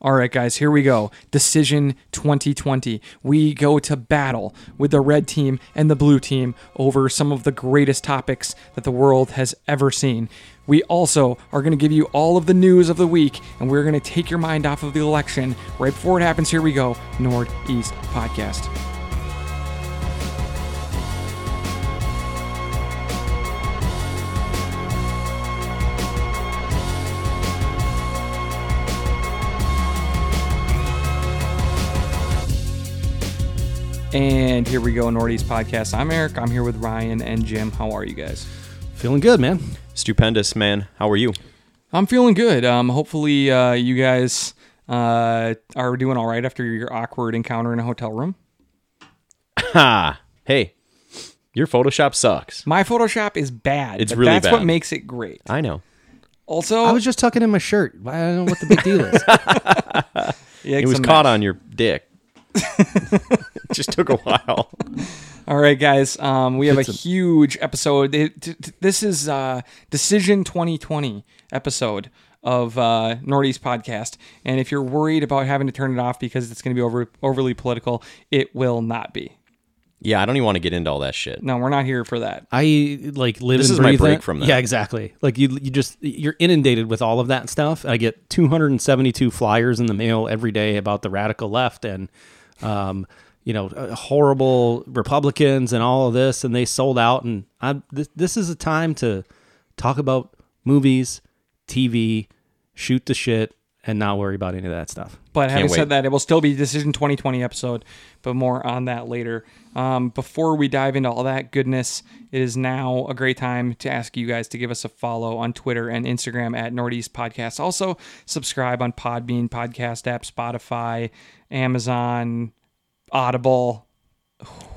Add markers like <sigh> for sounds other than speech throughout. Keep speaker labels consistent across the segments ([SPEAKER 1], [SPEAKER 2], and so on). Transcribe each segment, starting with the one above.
[SPEAKER 1] All right, guys, here we go. Decision 2020. We go to battle with the red team and the blue team over some of the greatest topics that the world has ever seen. We also are going to give you all of the news of the week, and we're going to take your mind off of the election right before it happens. Here we go Northeast Podcast. And here we go, Northeast Podcast. I'm Eric. I'm here with Ryan and Jim. How are you guys?
[SPEAKER 2] Feeling good, man.
[SPEAKER 3] Stupendous, man. How are you?
[SPEAKER 1] I'm feeling good. Um, hopefully, uh, you guys uh, are doing all right after your awkward encounter in a hotel room.
[SPEAKER 3] Ha! Hey, your Photoshop sucks.
[SPEAKER 1] My Photoshop is bad.
[SPEAKER 3] It's
[SPEAKER 1] but
[SPEAKER 3] really
[SPEAKER 1] that's
[SPEAKER 3] bad.
[SPEAKER 1] what makes it great.
[SPEAKER 3] I know.
[SPEAKER 1] Also,
[SPEAKER 2] I was just tucking in my shirt. I don't know what the big deal is.
[SPEAKER 3] It was caught on your
[SPEAKER 1] <laughs>
[SPEAKER 3] dick. <laughs> it just took a while.
[SPEAKER 1] All right, guys. Um, we have a huge episode. It- t- t- this is uh, Decision 2020 episode of uh, Northeast Podcast. And if you're worried about having to turn it off because it's going to be over- overly political, it will not be.
[SPEAKER 3] Yeah, I don't even want to get into all that shit.
[SPEAKER 1] No, we're not here for that.
[SPEAKER 2] <laughs> I like live.
[SPEAKER 3] This
[SPEAKER 2] and
[SPEAKER 3] is my
[SPEAKER 2] breathe
[SPEAKER 3] break
[SPEAKER 2] it.
[SPEAKER 3] from that.
[SPEAKER 2] Yeah, exactly. Like you, you just you're inundated with all of that stuff. I get 272 flyers in the mail every day about the radical left and, um, you know, uh, horrible Republicans and all of this, and they sold out. And I, this, this is a time to talk about movies, TV, shoot the shit, and not worry about any of that stuff.
[SPEAKER 1] But having said
[SPEAKER 3] wait.
[SPEAKER 1] that, it will still be Decision 2020 episode, but more on that later. Um, before we dive into all that goodness, it is now a great time to ask you guys to give us a follow on Twitter and Instagram at Northeast Podcast. Also, subscribe on Podbean, Podcast App, Spotify, Amazon, Audible.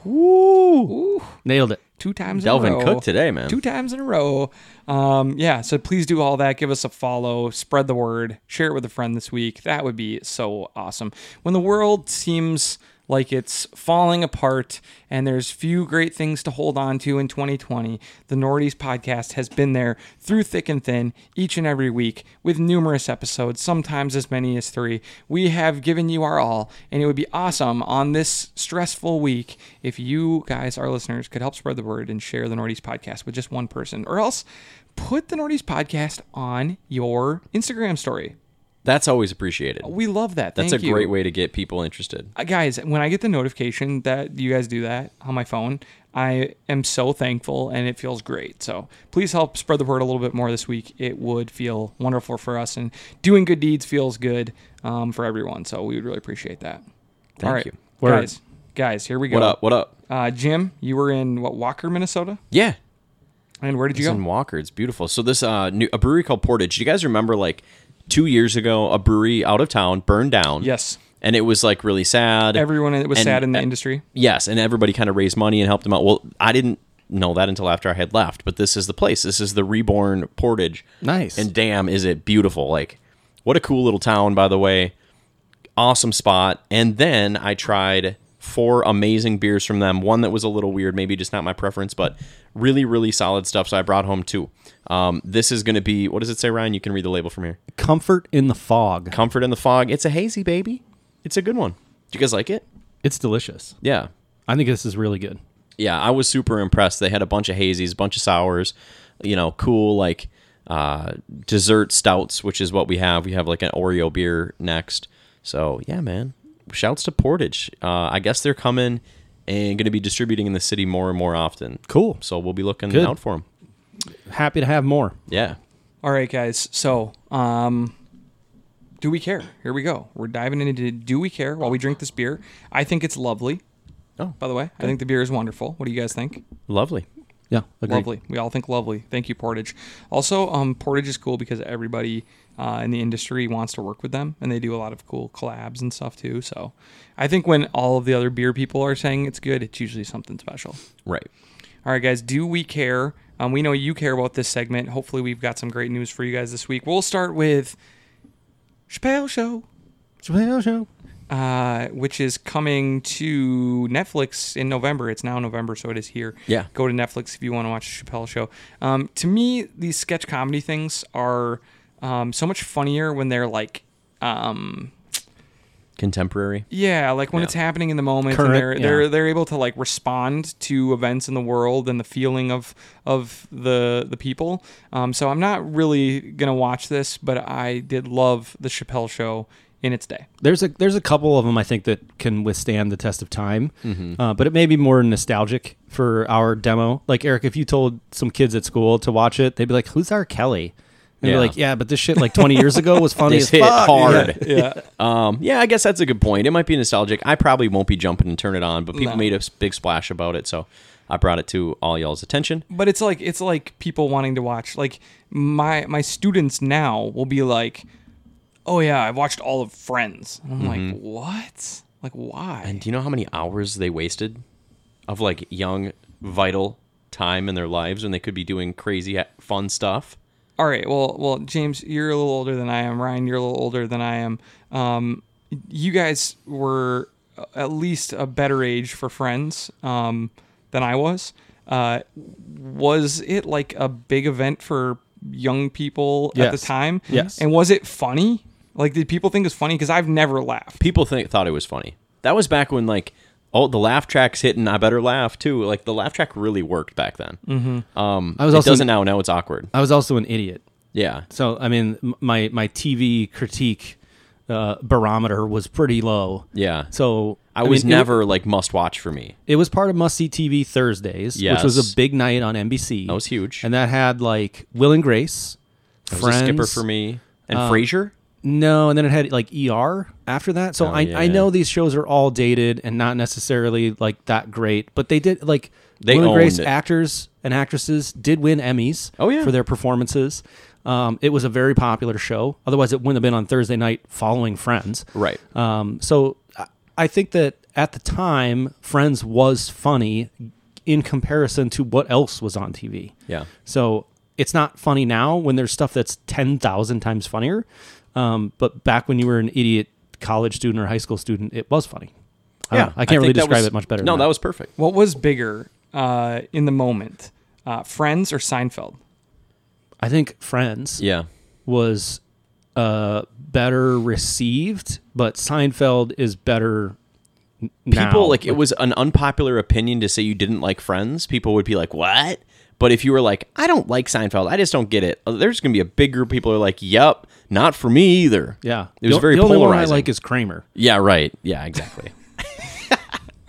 [SPEAKER 2] Nailed it.
[SPEAKER 1] Two times in
[SPEAKER 3] Delvin
[SPEAKER 1] a row.
[SPEAKER 3] Cook today, man.
[SPEAKER 1] Two times in a row. Um, yeah, so please do all that. Give us a follow, spread the word, share it with a friend this week. That would be so awesome. When the world seems like it's falling apart and there's few great things to hold on to in 2020, the Nordies podcast has been there through thick and thin each and every week with numerous episodes, sometimes as many as three. We have given you our all, and it would be awesome on this stressful week if you guys, our listeners, could help spread the word and share the Nordies podcast with just one person, or else put the Nordies podcast on your Instagram story.
[SPEAKER 3] That's always appreciated.
[SPEAKER 1] We love that. Oh,
[SPEAKER 3] That's
[SPEAKER 1] Thank
[SPEAKER 3] a
[SPEAKER 1] you.
[SPEAKER 3] great way to get people interested.
[SPEAKER 1] Uh, guys, when I get the notification that you guys do that on my phone, I am so thankful and it feels great. So please help spread the word a little bit more this week. It would feel wonderful for us, and doing good deeds feels good um, for everyone. So we would really appreciate that.
[SPEAKER 3] Thank
[SPEAKER 1] All right,
[SPEAKER 3] you.
[SPEAKER 2] Word.
[SPEAKER 1] guys, guys, here we go.
[SPEAKER 3] What up? What up?
[SPEAKER 1] Uh, Jim, you were in what Walker, Minnesota,
[SPEAKER 3] Yeah.
[SPEAKER 1] and where did you
[SPEAKER 3] It's
[SPEAKER 1] go?
[SPEAKER 3] in Walker. It's beautiful. So this uh new a brewery called Portage. Do you guys remember like two years ago a brewery out of town burned down?
[SPEAKER 1] Yes.
[SPEAKER 3] And it was like really sad.
[SPEAKER 1] Everyone that was
[SPEAKER 3] And-
[SPEAKER 1] sad in the
[SPEAKER 3] and-
[SPEAKER 1] industry.
[SPEAKER 3] Yes, and everybody kind of raised money and helped them out. Well, I didn't know that until after I had left, but this is the place. This is the reborn Portage.
[SPEAKER 2] Nice.
[SPEAKER 3] And damn, is it beautiful. Like, what a cool little town, by the way. Awesome spot. And then I tried four amazing beers from them. One that was a little weird, maybe just not my preference, but really, really solid stuff. So I brought home two. Um, this is going to be, what does it say, Ryan? You can read the label from here.
[SPEAKER 2] Comfort in the fog.
[SPEAKER 3] Comfort in the Fog. It's a hazy, baby. It's a good one. Do you guys like it?
[SPEAKER 2] It's delicious.
[SPEAKER 3] Yeah.
[SPEAKER 2] I think this is really good.
[SPEAKER 3] yeah, I was super impressed. They had a bunch of hazies, bunch of sours, you know, cool like uh, dessert stouts, which is what we have. We have like an Oreo beer next. So yeah, man. Shouts to Portage. Uh, I guess they're coming and going to be distributing in the city more and more often.
[SPEAKER 2] Cool.
[SPEAKER 3] So we'll be looking
[SPEAKER 2] Good.
[SPEAKER 3] out for them.
[SPEAKER 2] Happy to have more.
[SPEAKER 3] Yeah.
[SPEAKER 1] All right, guys. So, um, do we care? Here we go. We're diving into do we care while we drink this beer. I think it's lovely.
[SPEAKER 3] Oh.
[SPEAKER 1] by the way, I think the beer is wonderful. What do you guys think?
[SPEAKER 3] Lovely.
[SPEAKER 2] Yeah, agreed.
[SPEAKER 1] Lovely. We all think lovely. Thank you, Portage. Also, um, Portage is cool because everybody uh, in the industry wants to work with them, and they do a lot of cool collabs and stuff too. So, I think when all of the other beer people are saying it's good, it's usually something special.
[SPEAKER 3] Right.
[SPEAKER 1] All right, guys, do we care? Um, we know you care about this segment. Hopefully, we've got some great news for you guys this week. We'll start with Chappelle Show, uh, which is coming to Netflix in November. It's now November, so it is here.
[SPEAKER 3] Yeah.
[SPEAKER 1] Go to Netflix if you want to watch Chappelle Show. Um, to me, these sketch comedy things are um, so much funnier when they're like um,
[SPEAKER 3] contemporary.
[SPEAKER 1] Yeah, like when it's happening in the moment,
[SPEAKER 2] Current,
[SPEAKER 1] and they're
[SPEAKER 2] yeah.
[SPEAKER 1] they're they're able to like respond to events in the world and the feeling of of the the people. Um, so I'm not really gonna watch this, but I did love the Chappelle Show in its day.
[SPEAKER 2] There's a there's a couple of them I think that can withstand the test of time,
[SPEAKER 3] Mm-hmm.
[SPEAKER 2] uh, but it may be more nostalgic for our demo. Like Eric, if you told some kids at school to watch it, they'd be like, "Who's our Kelly?" And
[SPEAKER 3] Yeah.
[SPEAKER 2] be like, "Yeah, but this shit like 20 years ago was funny
[SPEAKER 3] <laughs> This
[SPEAKER 2] as
[SPEAKER 3] hit
[SPEAKER 2] fuck."
[SPEAKER 3] hard.
[SPEAKER 2] <laughs> Yeah.
[SPEAKER 1] Yeah,
[SPEAKER 3] <laughs> Um, yeah, I guess that's a good point. It might be nostalgic. I probably won't be jumping and turn it on, but people
[SPEAKER 1] No.
[SPEAKER 3] made a s- big splash about it, so I brought it to all y'all's attention.
[SPEAKER 1] but it's like it's like people wanting to watch like my my students now will be like, oh yeah, I've watched all of Friends. And I'm
[SPEAKER 2] Mm-hmm.
[SPEAKER 1] like, what? Like why?
[SPEAKER 3] And do you know how many hours they wasted of like young, vital time in their lives when they could be doing crazy, ha- fun stuff?
[SPEAKER 1] All right. Well, well, James, you're a little older than I am. Ryan, you're a little older than I am. Um, you guys were uh, at least a better age for friends um, than I was. Uh, was it like a big event for young people at
[SPEAKER 2] Yes.
[SPEAKER 1] the time?
[SPEAKER 2] Yes.
[SPEAKER 1] And was it funny? Like, did people think it was funny? Because I've never laughed.
[SPEAKER 3] People think thought it was funny. That was back when like. Oh, the laugh track's hitting. I better laugh too. Like the laugh track really worked back then. Mm-hmm. Um,
[SPEAKER 2] I was
[SPEAKER 3] it
[SPEAKER 2] also-
[SPEAKER 3] doesn't now. Now it's awkward.
[SPEAKER 2] I was also an idiot.
[SPEAKER 3] Yeah,
[SPEAKER 2] So I mean, m- my my TV critique uh, barometer was pretty low.
[SPEAKER 3] yeah.
[SPEAKER 2] So
[SPEAKER 3] I, was
[SPEAKER 2] mean, it-
[SPEAKER 3] never like must watch for me.
[SPEAKER 2] It was part of Must See TV Thursdays, which was
[SPEAKER 3] Yes.
[SPEAKER 2] a big night on NBC.
[SPEAKER 3] That was huge.
[SPEAKER 2] and that had like Will and Grace,
[SPEAKER 3] It
[SPEAKER 2] Friends, Uh,
[SPEAKER 3] was a skipper for me and Frasier.
[SPEAKER 2] No, and then it had like ER after that. So I,
[SPEAKER 3] yeah,
[SPEAKER 2] I
[SPEAKER 3] Oh, yeah.
[SPEAKER 2] know these shows are all dated and not necessarily like that great, but they did like
[SPEAKER 3] They
[SPEAKER 2] Will and Grace
[SPEAKER 3] owned it.
[SPEAKER 2] actors and actresses did win Emmys.
[SPEAKER 3] Oh, yeah.
[SPEAKER 2] for their performances. Um, it was a very popular show. Otherwise, it wouldn't have been on Thursday night following Friends.
[SPEAKER 3] Right.
[SPEAKER 2] Um, so I- I think that at the time, Friends was funny in comparison to what else was on TV.
[SPEAKER 3] Yeah.
[SPEAKER 2] So it's not funny now when there's stuff that's 10,000 times funnier. Um, but back when you were an idiot college student or high school student, it was funny. I don't know. I can't really
[SPEAKER 3] think that
[SPEAKER 2] describe
[SPEAKER 3] was-
[SPEAKER 2] it much better.
[SPEAKER 3] No,
[SPEAKER 2] than
[SPEAKER 3] that was perfect.
[SPEAKER 1] What was bigger uh, in the moment, uh, Friends or Seinfeld?
[SPEAKER 2] I think Friends
[SPEAKER 3] Yeah.
[SPEAKER 2] was uh, better received, but Seinfeld is better. n- now.
[SPEAKER 3] People like it was an unpopular opinion to say you didn't like Friends. People would be like, "What?" But if you were like, "I don't like Seinfeld. I just don't get it," uh, there's going to be a big group of people who are like, "Yep, not for me either."
[SPEAKER 2] yeah.
[SPEAKER 3] It was
[SPEAKER 2] the,
[SPEAKER 3] very
[SPEAKER 2] the only one I
[SPEAKER 3] polarizing.
[SPEAKER 2] like is Kramer.
[SPEAKER 3] Yeah, right. Yeah,
[SPEAKER 2] <laughs>
[SPEAKER 3] exactly.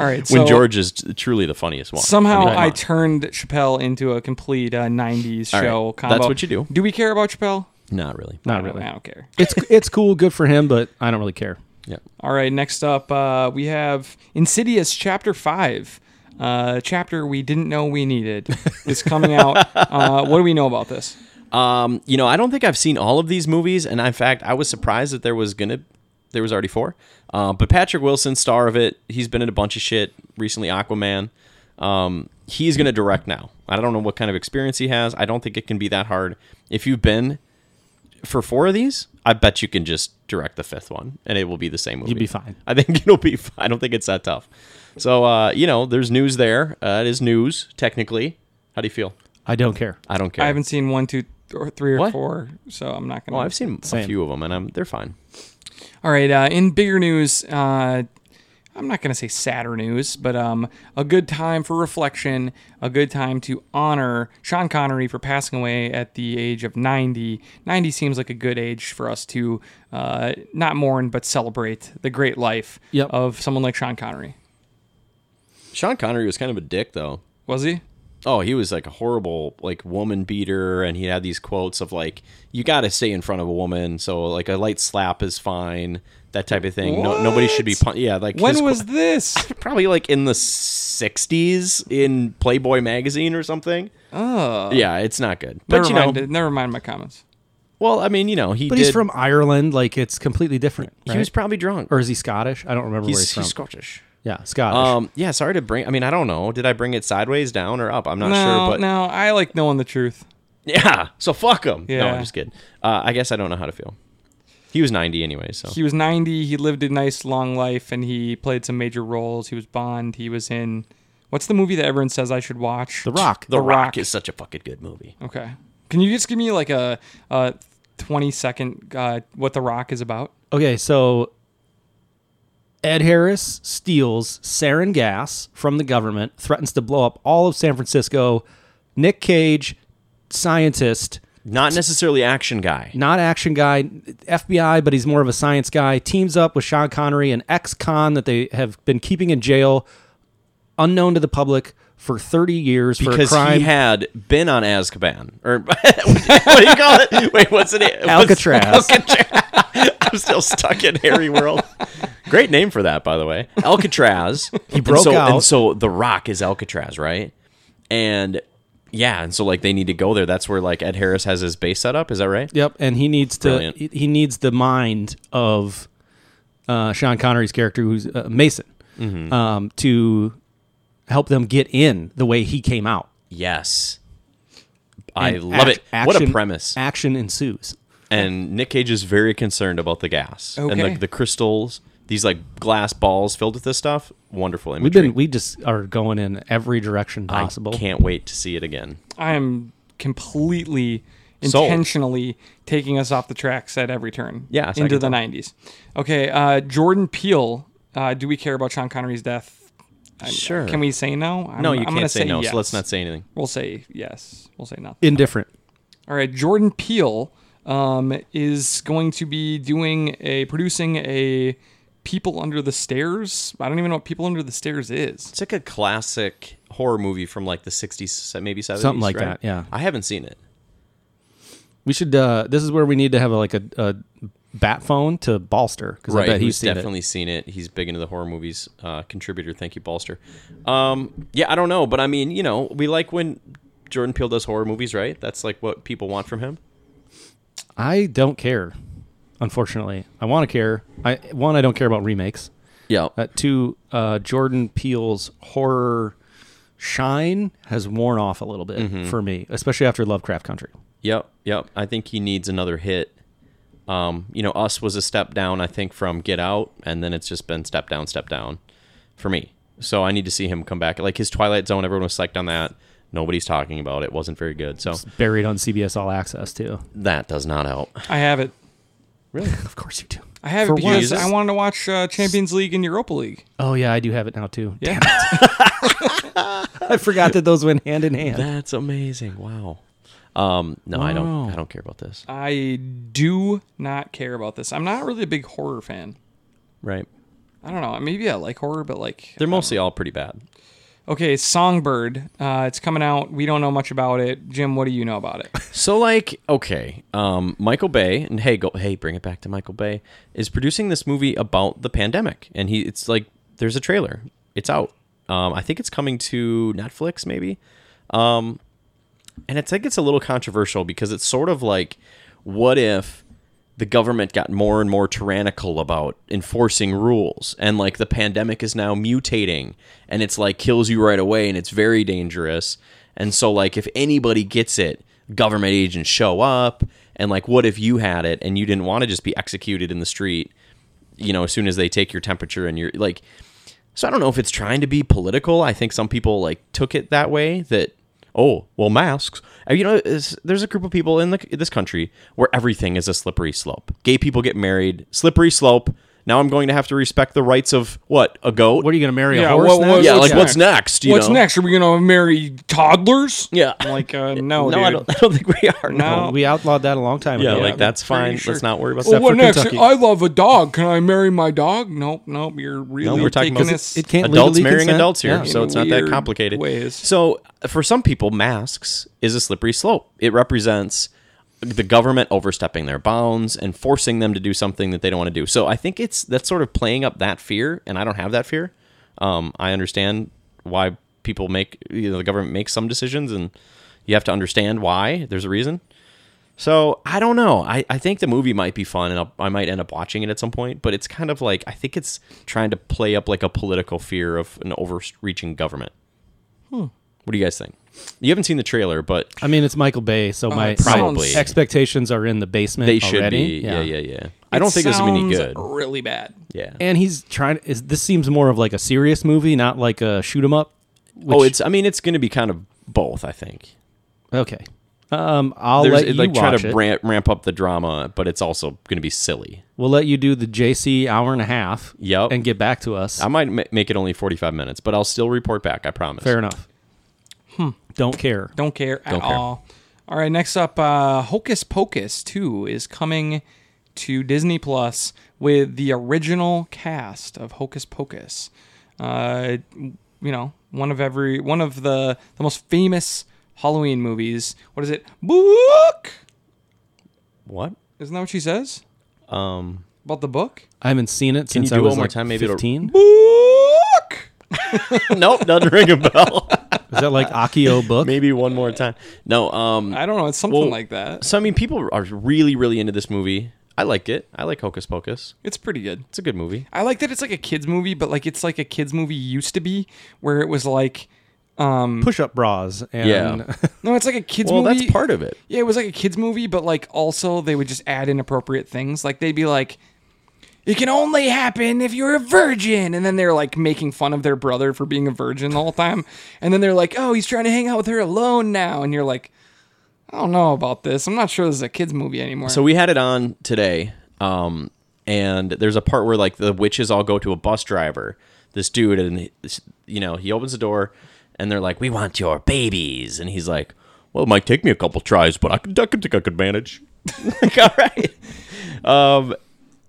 [SPEAKER 1] All right. so-
[SPEAKER 3] when George is t- truly the funniest one.
[SPEAKER 1] Somehow
[SPEAKER 3] mean, come
[SPEAKER 1] I,
[SPEAKER 3] on.
[SPEAKER 1] turned Chappelle into a complete uh, 90s
[SPEAKER 3] All right.
[SPEAKER 1] show
[SPEAKER 3] That's
[SPEAKER 1] combo.
[SPEAKER 3] what you do.
[SPEAKER 1] Do we care about Chappelle?
[SPEAKER 3] not really.
[SPEAKER 1] I
[SPEAKER 2] Not
[SPEAKER 1] don't-
[SPEAKER 2] really.
[SPEAKER 1] I don't care.
[SPEAKER 2] It's it's cool, good for him, but I don't really care.
[SPEAKER 3] Yeah.
[SPEAKER 1] All right, next up, uh, we have Insidious Chapter 5. Uh, chapter we didn't know we
[SPEAKER 3] <laughs>
[SPEAKER 1] needed is coming out. Uh, what do we know about this?
[SPEAKER 3] Um, you know, I don't think I've seen all of these movies, and in fact, I was surprised that there was gonna there was already four. Uh, but Patrick Wilson, star of it, he's been in a bunch of shit recently. Aquaman. Um, he's gonna direct now. I don't know what kind of experience he has. I don't think it can be that hard. If you've been for four of these, I bet you can just direct the fifth one, and it will be the same movie.
[SPEAKER 2] You'd be fine.
[SPEAKER 3] I think <laughs> it'll be. f- I don't think it's that tough. So uh, you know, there's news there. Uh, it is news technically. How do you feel?
[SPEAKER 2] I don't care.
[SPEAKER 3] I don't care.
[SPEAKER 1] I haven't seen one, two, or three, or
[SPEAKER 3] What?
[SPEAKER 1] four, so I'm not gonna.
[SPEAKER 3] Oh, I've seen a
[SPEAKER 2] Same.
[SPEAKER 3] few of them, and I'm they're fine.
[SPEAKER 1] All right. Uh, in bigger news, uh, I'm not going to say sadder news, but um, a good time for reflection, a good time to honor Sean Connery for passing away at the age of 90. 90 seems like a good age for us to uh, not mourn, but celebrate the great life
[SPEAKER 2] Yep.
[SPEAKER 1] of someone like Sean Connery.
[SPEAKER 3] Sean Connery was kind of a dick, though.
[SPEAKER 1] Was he?
[SPEAKER 3] Oh, he was like a horrible like woman beater, and he had these quotes of like, "You got to stay in front of a woman, so like a light slap is fine." That type of thing. No, nobody should be. Pun- yeah, like his
[SPEAKER 1] When
[SPEAKER 3] qu-
[SPEAKER 1] was this?
[SPEAKER 3] probably like in the '60s in Playboy magazine or something. Oh, yeah, it's not good. <laughs> But
[SPEAKER 1] never
[SPEAKER 3] you
[SPEAKER 1] mind.
[SPEAKER 3] know,
[SPEAKER 1] Never mind my comments.
[SPEAKER 3] well, I mean, you know, he.
[SPEAKER 2] But
[SPEAKER 3] did,
[SPEAKER 2] he's from Ireland, like it's completely different.
[SPEAKER 3] He
[SPEAKER 2] right?
[SPEAKER 3] was probably drunk,
[SPEAKER 2] or is he Scottish? I don't remember where
[SPEAKER 3] he's,
[SPEAKER 2] he's from.
[SPEAKER 3] he's Scottish.
[SPEAKER 2] yeah, Scottish.
[SPEAKER 3] Um, yeah, sorry to bring. I mean, I don't know. Did I bring it sideways, down, or up? I'm not
[SPEAKER 1] No,
[SPEAKER 3] sure. But
[SPEAKER 1] no, I like knowing the truth.
[SPEAKER 3] Yeah. So fuck him. No,
[SPEAKER 1] Yeah.
[SPEAKER 3] I'm just kidding. Uh, I guess I don't know how to feel. He was 90 anyway, so
[SPEAKER 1] he was 90 he lived a nice long life and he played some major roles he was bond he was in what's the movie that everyone says i should watch
[SPEAKER 2] the Rock.
[SPEAKER 3] The,
[SPEAKER 1] The
[SPEAKER 3] Rock.
[SPEAKER 1] Rock.
[SPEAKER 3] is such a fucking good movie.
[SPEAKER 1] okay can you just give me like a, a 20 second uh, what the rock is about
[SPEAKER 2] okay, so Ed Harris steals sarin gas from the government, threatens to blow up all of San Francisco. Nick Cage, scientist,
[SPEAKER 3] Not necessarily action guy.
[SPEAKER 2] not action guy, FBI, but he's more of a science guy, teams up with Sean Connery, an ex con that they have been keeping in jail, unknown to the public, for 30 years
[SPEAKER 3] Because
[SPEAKER 2] for a crime.
[SPEAKER 3] he
[SPEAKER 2] <laughs>
[SPEAKER 3] had been on Azkaban, or <laughs> what do you call it? <laughs> Wait, what's it? what's-
[SPEAKER 2] Alcatraz.
[SPEAKER 3] Alcatraz. <laughs> I'm still stuck in Harry World. Great name for that, by the way.
[SPEAKER 2] <laughs>
[SPEAKER 3] Alcatraz. He
[SPEAKER 2] broke
[SPEAKER 3] and so,
[SPEAKER 2] out.
[SPEAKER 3] And so the Rock is Alcatraz, right? And yeah, and so like they need to go there. That's where like Ed Harris has his base set up. Is that right?
[SPEAKER 2] Yep, and he needs to
[SPEAKER 3] Brilliant.
[SPEAKER 2] he, he needs the mind of uh, Sean Connery's character, who's uh, Mason,
[SPEAKER 3] Mm-hmm.
[SPEAKER 2] um, to help them get in the way he came out.
[SPEAKER 3] Yes. I
[SPEAKER 2] And act-
[SPEAKER 3] love it. What a
[SPEAKER 2] action-
[SPEAKER 3] premise.
[SPEAKER 2] Action ensues.
[SPEAKER 3] and Nick Cage is very concerned about the gas and
[SPEAKER 1] Okay.
[SPEAKER 3] the, the crystals. These like glass balls filled with this stuff. Wonderful
[SPEAKER 2] We've
[SPEAKER 3] imagery.
[SPEAKER 2] been we just are going in every direction possible.
[SPEAKER 3] I can't wait to see it again.
[SPEAKER 1] I am completely
[SPEAKER 3] Sold.
[SPEAKER 1] intentionally taking us off the tracks at every turn.
[SPEAKER 3] Yes, I
[SPEAKER 1] into
[SPEAKER 3] can
[SPEAKER 1] the
[SPEAKER 3] tell.
[SPEAKER 1] '90s. Okay, uh, Jordan Peele. Uh, do we care about Sean Connery's death? I-
[SPEAKER 3] Sure.
[SPEAKER 1] Can we say no? I'm,
[SPEAKER 3] No, you
[SPEAKER 1] I'm gonna
[SPEAKER 3] can't say, no.
[SPEAKER 1] yes.
[SPEAKER 3] So let's not say anything.
[SPEAKER 1] We'll say yes. We'll say nothing.
[SPEAKER 2] Indifferent.
[SPEAKER 1] All right, Jordan Peele um, is going to be doing a producing a People Under the Stairs. I don't even know what People Under the Stairs is.
[SPEAKER 3] It's like a classic horror movie from like the '60s, maybe '70s,
[SPEAKER 2] Something like that,
[SPEAKER 3] right?
[SPEAKER 2] yeah.
[SPEAKER 3] I haven't seen it.
[SPEAKER 2] We should. Uh, this is where we need to have a, like a, a bat phone to Balster because I
[SPEAKER 3] Right,
[SPEAKER 2] bet he's
[SPEAKER 3] he's
[SPEAKER 2] seen
[SPEAKER 3] definitely seen it. He's big into the horror movies. Uh, contributor, thank you, Bolster. Um, yeah, I don't know, but I mean, you know, we like when Jordan Peele does horror movies, right? That's like what people want from him.
[SPEAKER 2] it. I don't care. Unfortunately, I want to care. I one, I don't care about remakes.
[SPEAKER 3] Yeah,
[SPEAKER 2] Uh, two, uh, Jordan Peele's horror shine has worn off a little bit
[SPEAKER 3] Mm-hmm.
[SPEAKER 2] for me, especially after Lovecraft Country.
[SPEAKER 3] Yep, yep. I think he needs another hit. Um, you know, Us was a step down, I think, from Get Out, and then it's just been step down, step down for me. So I need to see him come back. Like his Twilight Zone, everyone was psyched on that. Nobody's talking about it. Wasn't very good. So
[SPEAKER 2] Buried on CBS All Access too.
[SPEAKER 3] that does not help.
[SPEAKER 1] I have it.
[SPEAKER 3] Really?
[SPEAKER 2] <laughs> Of course you do.
[SPEAKER 1] I have
[SPEAKER 2] For
[SPEAKER 1] it because
[SPEAKER 3] what?
[SPEAKER 1] I wanted to watch uh, Champions League and Europa League.
[SPEAKER 2] Oh yeah, I do have it now too.
[SPEAKER 1] Yeah.
[SPEAKER 2] <laughs> I forgot that those went hand in hand.
[SPEAKER 3] That's amazing. Wow. Um, no, I don't.
[SPEAKER 2] Wow.
[SPEAKER 3] I don't care about this.
[SPEAKER 1] I do not care about this. I'm not really a big horror fan.
[SPEAKER 3] Right.
[SPEAKER 1] I don't know. Maybe I like horror, but like
[SPEAKER 3] They're mostly all pretty bad.
[SPEAKER 1] okay. Songbird. Uh, it's coming out. We don't know much about it. Jim, what do you know about it?
[SPEAKER 3] So like, okay, um, Michael Bay and hey, go, hey, bring it back to Michael Bay is producing this movie about the pandemic, and he it's like there's a trailer, it's out. Um, I think it's coming to Netflix maybe, um, and I think it's a little controversial because it's sort of like, what if the government got more and more tyrannical about enforcing rules and like the pandemic is now mutating and it's like kills you right away and it's very dangerous and so like if anybody gets it government agents show up and like what if you had it and you didn't want to just be executed in the street you know as soon as they take your temperature and you're like so I don't know if it's trying to be political. I think some people like took it that way that oh well masks. Uh, You know, it's- there's a group of people in the, this country where everything is a slippery slope. Gay people get married, slippery slope. Now I'm going to have to respect the rights of what a goat.
[SPEAKER 2] What are you gonna marry
[SPEAKER 1] Yeah,
[SPEAKER 2] a horse?
[SPEAKER 1] what-
[SPEAKER 2] now?
[SPEAKER 1] what-
[SPEAKER 3] yeah,
[SPEAKER 1] what's
[SPEAKER 3] like what's next? You
[SPEAKER 1] What's
[SPEAKER 3] know?
[SPEAKER 1] next? Are we gonna marry toddlers?
[SPEAKER 3] Yeah,
[SPEAKER 1] I'm like uh, no,
[SPEAKER 3] no,
[SPEAKER 1] dude.
[SPEAKER 3] I don't, I don't think we are.
[SPEAKER 1] No.
[SPEAKER 3] No,
[SPEAKER 2] We outlawed that a long time
[SPEAKER 3] yeah,
[SPEAKER 2] ago.
[SPEAKER 3] like that's
[SPEAKER 1] pretty
[SPEAKER 3] fine.
[SPEAKER 1] sure.
[SPEAKER 3] Let's not worry about
[SPEAKER 1] Well,
[SPEAKER 3] that.
[SPEAKER 2] Except
[SPEAKER 1] what
[SPEAKER 2] for
[SPEAKER 1] next?
[SPEAKER 2] Kentucky.
[SPEAKER 1] I love a dog. Can I marry my dog? Nope, nope. You're really
[SPEAKER 3] we're talking
[SPEAKER 1] taking
[SPEAKER 3] about-
[SPEAKER 1] this.
[SPEAKER 2] It can't
[SPEAKER 3] adults
[SPEAKER 2] legally
[SPEAKER 3] marrying
[SPEAKER 2] consent.
[SPEAKER 3] adults here,
[SPEAKER 2] Yeah.
[SPEAKER 3] so it's not that
[SPEAKER 1] Weird
[SPEAKER 3] complicated.
[SPEAKER 1] ways.
[SPEAKER 3] So uh, for some people, masks is a slippery slope. It represents the government overstepping their bounds and forcing them to do something that they don't want to do. So I think it's that's sort of playing up that fear, and I don't have that fear. Um, I understand why people make you know the government makes some decisions, and you have to understand why. There's a reason. So I don't know. I, I think the movie might be fun, and I'll, I might end up watching it at some point. But it's kind of like I think it's trying to play up like a political fear of an overreaching government.
[SPEAKER 2] Hmm.
[SPEAKER 3] What do you guys think? You haven't seen the trailer, but
[SPEAKER 2] I mean, it's Michael Bay, so my
[SPEAKER 1] it sounds-
[SPEAKER 3] Oh, Probably.
[SPEAKER 2] expectations are in the basement.
[SPEAKER 3] they should
[SPEAKER 2] already.
[SPEAKER 3] be. Yeah, yeah, yeah. I don't think this will be any good.
[SPEAKER 1] Really bad.
[SPEAKER 3] Yeah.
[SPEAKER 2] and he's trying is this seems more of like a serious movie not like a shoot 'em up which,
[SPEAKER 3] oh, it's. I mean, it's going to be kind of both. I think.
[SPEAKER 2] okay Um, I'll
[SPEAKER 3] There's
[SPEAKER 2] let you
[SPEAKER 3] it, like try
[SPEAKER 2] watch
[SPEAKER 3] to
[SPEAKER 2] it.
[SPEAKER 3] ramp, ramp up the drama, but it's also going to be silly.
[SPEAKER 2] we'll let you do the JC hour and a half.
[SPEAKER 3] Yep.
[SPEAKER 2] and get back to us.
[SPEAKER 3] I might ma- make it only 45 minutes, but I'll still report back. I promise.
[SPEAKER 2] Fair enough. Hmm. Don't care.
[SPEAKER 1] Don't care at
[SPEAKER 3] Don't care.
[SPEAKER 1] all. All right, next up, uh, Hocus Pocus 2 is coming to Disney Plus with the original cast of Hocus Pocus. Uh, you know, one of every one of the the most famous Halloween movies. What is it? Book.
[SPEAKER 3] What?
[SPEAKER 1] Isn't that what she says
[SPEAKER 3] Um, <laughs>
[SPEAKER 1] about the book?
[SPEAKER 2] I haven't seen it
[SPEAKER 3] Can you
[SPEAKER 2] since I
[SPEAKER 3] do it
[SPEAKER 2] was
[SPEAKER 3] one more
[SPEAKER 2] like
[SPEAKER 3] time? Maybe it'll-
[SPEAKER 2] fifteen.
[SPEAKER 1] Book.
[SPEAKER 3] nope, doesn't ring a bell.
[SPEAKER 2] Is that like
[SPEAKER 3] <laughs>
[SPEAKER 2] Akio book?
[SPEAKER 3] Maybe one more time. No, um,
[SPEAKER 1] I don't know. It's something
[SPEAKER 3] Well-
[SPEAKER 1] like that.
[SPEAKER 3] so I mean, people are really, really into this movie. I like it. I like Hocus Pocus.
[SPEAKER 1] It's pretty good.
[SPEAKER 3] It's a good movie.
[SPEAKER 1] I like that it's like a kids movie, but like it's like a kids movie used to be, where it was like, um,
[SPEAKER 2] Push up bras. And
[SPEAKER 3] Yeah.
[SPEAKER 1] no, it's like a kids
[SPEAKER 3] well,
[SPEAKER 1] movie.
[SPEAKER 3] that's part of it.
[SPEAKER 1] Yeah, it was like a kids movie, but like also they would just add inappropriate things. Like they'd be like, "It can only happen if you're a virgin," and then they're like making fun of their brother for being a virgin the whole time. And then they're like, "Oh, he's trying to hang out with her alone now," and you're like, "I don't know about this. I'm not sure this is a kids movie anymore."
[SPEAKER 3] So we had it on today, um, and there's a part where like the witches all go to a bus driver, this dude, and he- you know he opens the door, and they're like, "We want your babies," and he's like, "Well, it might take me a couple tries, but I could, I could think I could manage." <laughs> like, all right. Um,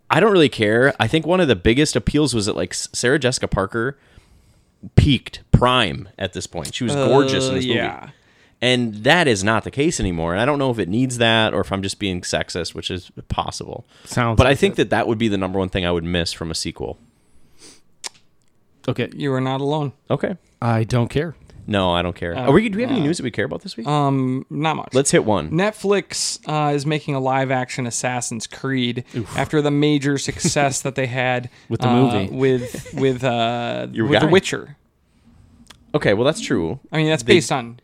[SPEAKER 3] I don't really care. I think one of the biggest appeals was that like S- Sarah Jessica Parker peaked prime at this point. She was gorgeous in this movie.
[SPEAKER 1] Uh, yeah.
[SPEAKER 3] And that is not the case anymore. And I don't know if it needs that or if I'm just being sexist, which is possible.
[SPEAKER 2] Sounds
[SPEAKER 3] But I
[SPEAKER 2] like
[SPEAKER 3] think that that would be the number one thing I would miss from a sequel.
[SPEAKER 2] <laughs> Okay.
[SPEAKER 1] you are not alone.
[SPEAKER 3] Okay.
[SPEAKER 2] I don't care.
[SPEAKER 3] No, I don't care.
[SPEAKER 1] Uh,
[SPEAKER 3] Are we, do we have any news that we care about this week?
[SPEAKER 1] Um, not much.
[SPEAKER 3] Let's hit one.
[SPEAKER 1] Netflix uh, is making a live action Assassin's Creed after the major success that they had
[SPEAKER 2] <laughs> With the
[SPEAKER 1] uh,
[SPEAKER 2] movie.
[SPEAKER 1] with with
[SPEAKER 2] <laughs>
[SPEAKER 1] uh,
[SPEAKER 3] Your
[SPEAKER 1] with The
[SPEAKER 3] guy.
[SPEAKER 1] Witcher.
[SPEAKER 3] Okay, well, that's true.
[SPEAKER 1] I mean, that's based on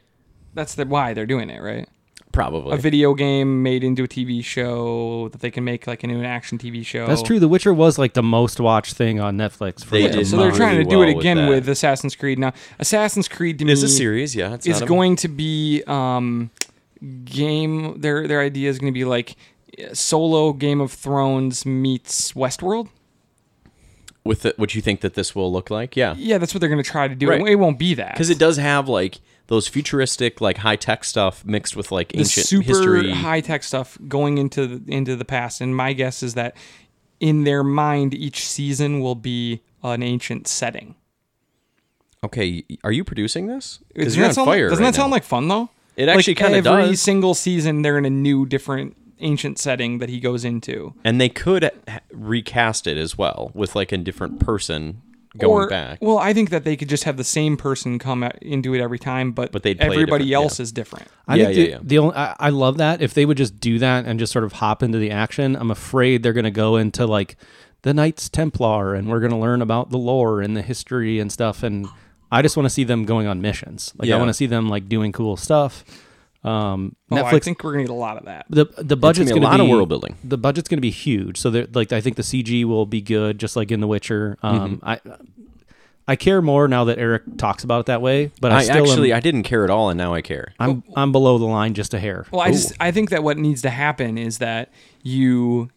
[SPEAKER 1] that's the why they're doing it, right?
[SPEAKER 3] Probably.
[SPEAKER 1] A video game made into a TV show that they can make like into an action TV show.
[SPEAKER 2] That's true. The Witcher was like the most watched thing on Netflix for
[SPEAKER 3] Oh. They
[SPEAKER 2] like
[SPEAKER 1] Yeah,
[SPEAKER 2] a
[SPEAKER 3] did
[SPEAKER 1] so they're
[SPEAKER 2] month.
[SPEAKER 1] trying to
[SPEAKER 3] really
[SPEAKER 1] do
[SPEAKER 3] well
[SPEAKER 1] it
[SPEAKER 3] with
[SPEAKER 1] again
[SPEAKER 3] that.
[SPEAKER 1] with, Assassin's Creed. Now, Assassin's Creed to me
[SPEAKER 3] It's a series, yeah. It's,
[SPEAKER 1] is
[SPEAKER 3] not a-
[SPEAKER 1] going to be um, game. Their their idea is going to be like solo Game of Thrones meets Westworld.
[SPEAKER 3] with the, what you think that this will look like. Yeah.
[SPEAKER 1] Yeah, that's what they're going to try to do.
[SPEAKER 3] Right.
[SPEAKER 1] It won't be that
[SPEAKER 3] Because it does have like those futuristic, like high tech stuff mixed with like
[SPEAKER 1] the
[SPEAKER 3] ancient
[SPEAKER 1] super
[SPEAKER 3] history.
[SPEAKER 1] high tech stuff going into the, into the past. And my guess is that in their mind, each season will be an ancient setting.
[SPEAKER 3] okay, are you producing this? Because
[SPEAKER 1] Doesn't
[SPEAKER 3] you're
[SPEAKER 1] that
[SPEAKER 3] on
[SPEAKER 1] sound-
[SPEAKER 3] fire.
[SPEAKER 1] Doesn't
[SPEAKER 3] right
[SPEAKER 1] that sound
[SPEAKER 3] now.
[SPEAKER 1] like fun though?
[SPEAKER 3] It
[SPEAKER 1] Like,
[SPEAKER 3] actually kinda
[SPEAKER 1] Every
[SPEAKER 3] does.
[SPEAKER 1] single season, they're in a new, different ancient setting that he goes into.
[SPEAKER 3] and they could ha- recast it as well with like a different person going
[SPEAKER 1] Or-
[SPEAKER 3] back.
[SPEAKER 1] Well, I think that they could just have the same person come at, into it every time, but,
[SPEAKER 3] But they'd play
[SPEAKER 1] everybody
[SPEAKER 3] different,
[SPEAKER 1] else
[SPEAKER 3] yeah.
[SPEAKER 1] is different.
[SPEAKER 2] I
[SPEAKER 3] Yeah,
[SPEAKER 2] think
[SPEAKER 3] yeah,
[SPEAKER 2] the,
[SPEAKER 3] yeah.
[SPEAKER 2] the only I, I love that if they would just do that and just sort of hop into the action. I'm afraid they're going to go into like the Knights Templar and we're going to learn about the lore and the history and stuff. And I just want to see them going on missions. Like
[SPEAKER 3] Yeah.
[SPEAKER 2] I want to see them like doing cool stuff. Um,
[SPEAKER 1] Oh, I
[SPEAKER 2] Netflix
[SPEAKER 1] think we're gonna need a lot of that.
[SPEAKER 2] the the budget's
[SPEAKER 3] be a
[SPEAKER 2] going to be
[SPEAKER 3] lot of world building.
[SPEAKER 2] The budget's going to be huge. So that like I think the CG will be good, just like in The Witcher. Um,
[SPEAKER 3] Mm-hmm.
[SPEAKER 2] I I care more now that Eric talks about it that way. But I,
[SPEAKER 3] I
[SPEAKER 2] still
[SPEAKER 3] actually
[SPEAKER 2] am,
[SPEAKER 3] I didn't care at all, and now I care.
[SPEAKER 2] I'm I'm below the line just a hair.
[SPEAKER 1] Well, I just I think that what needs to happen is that you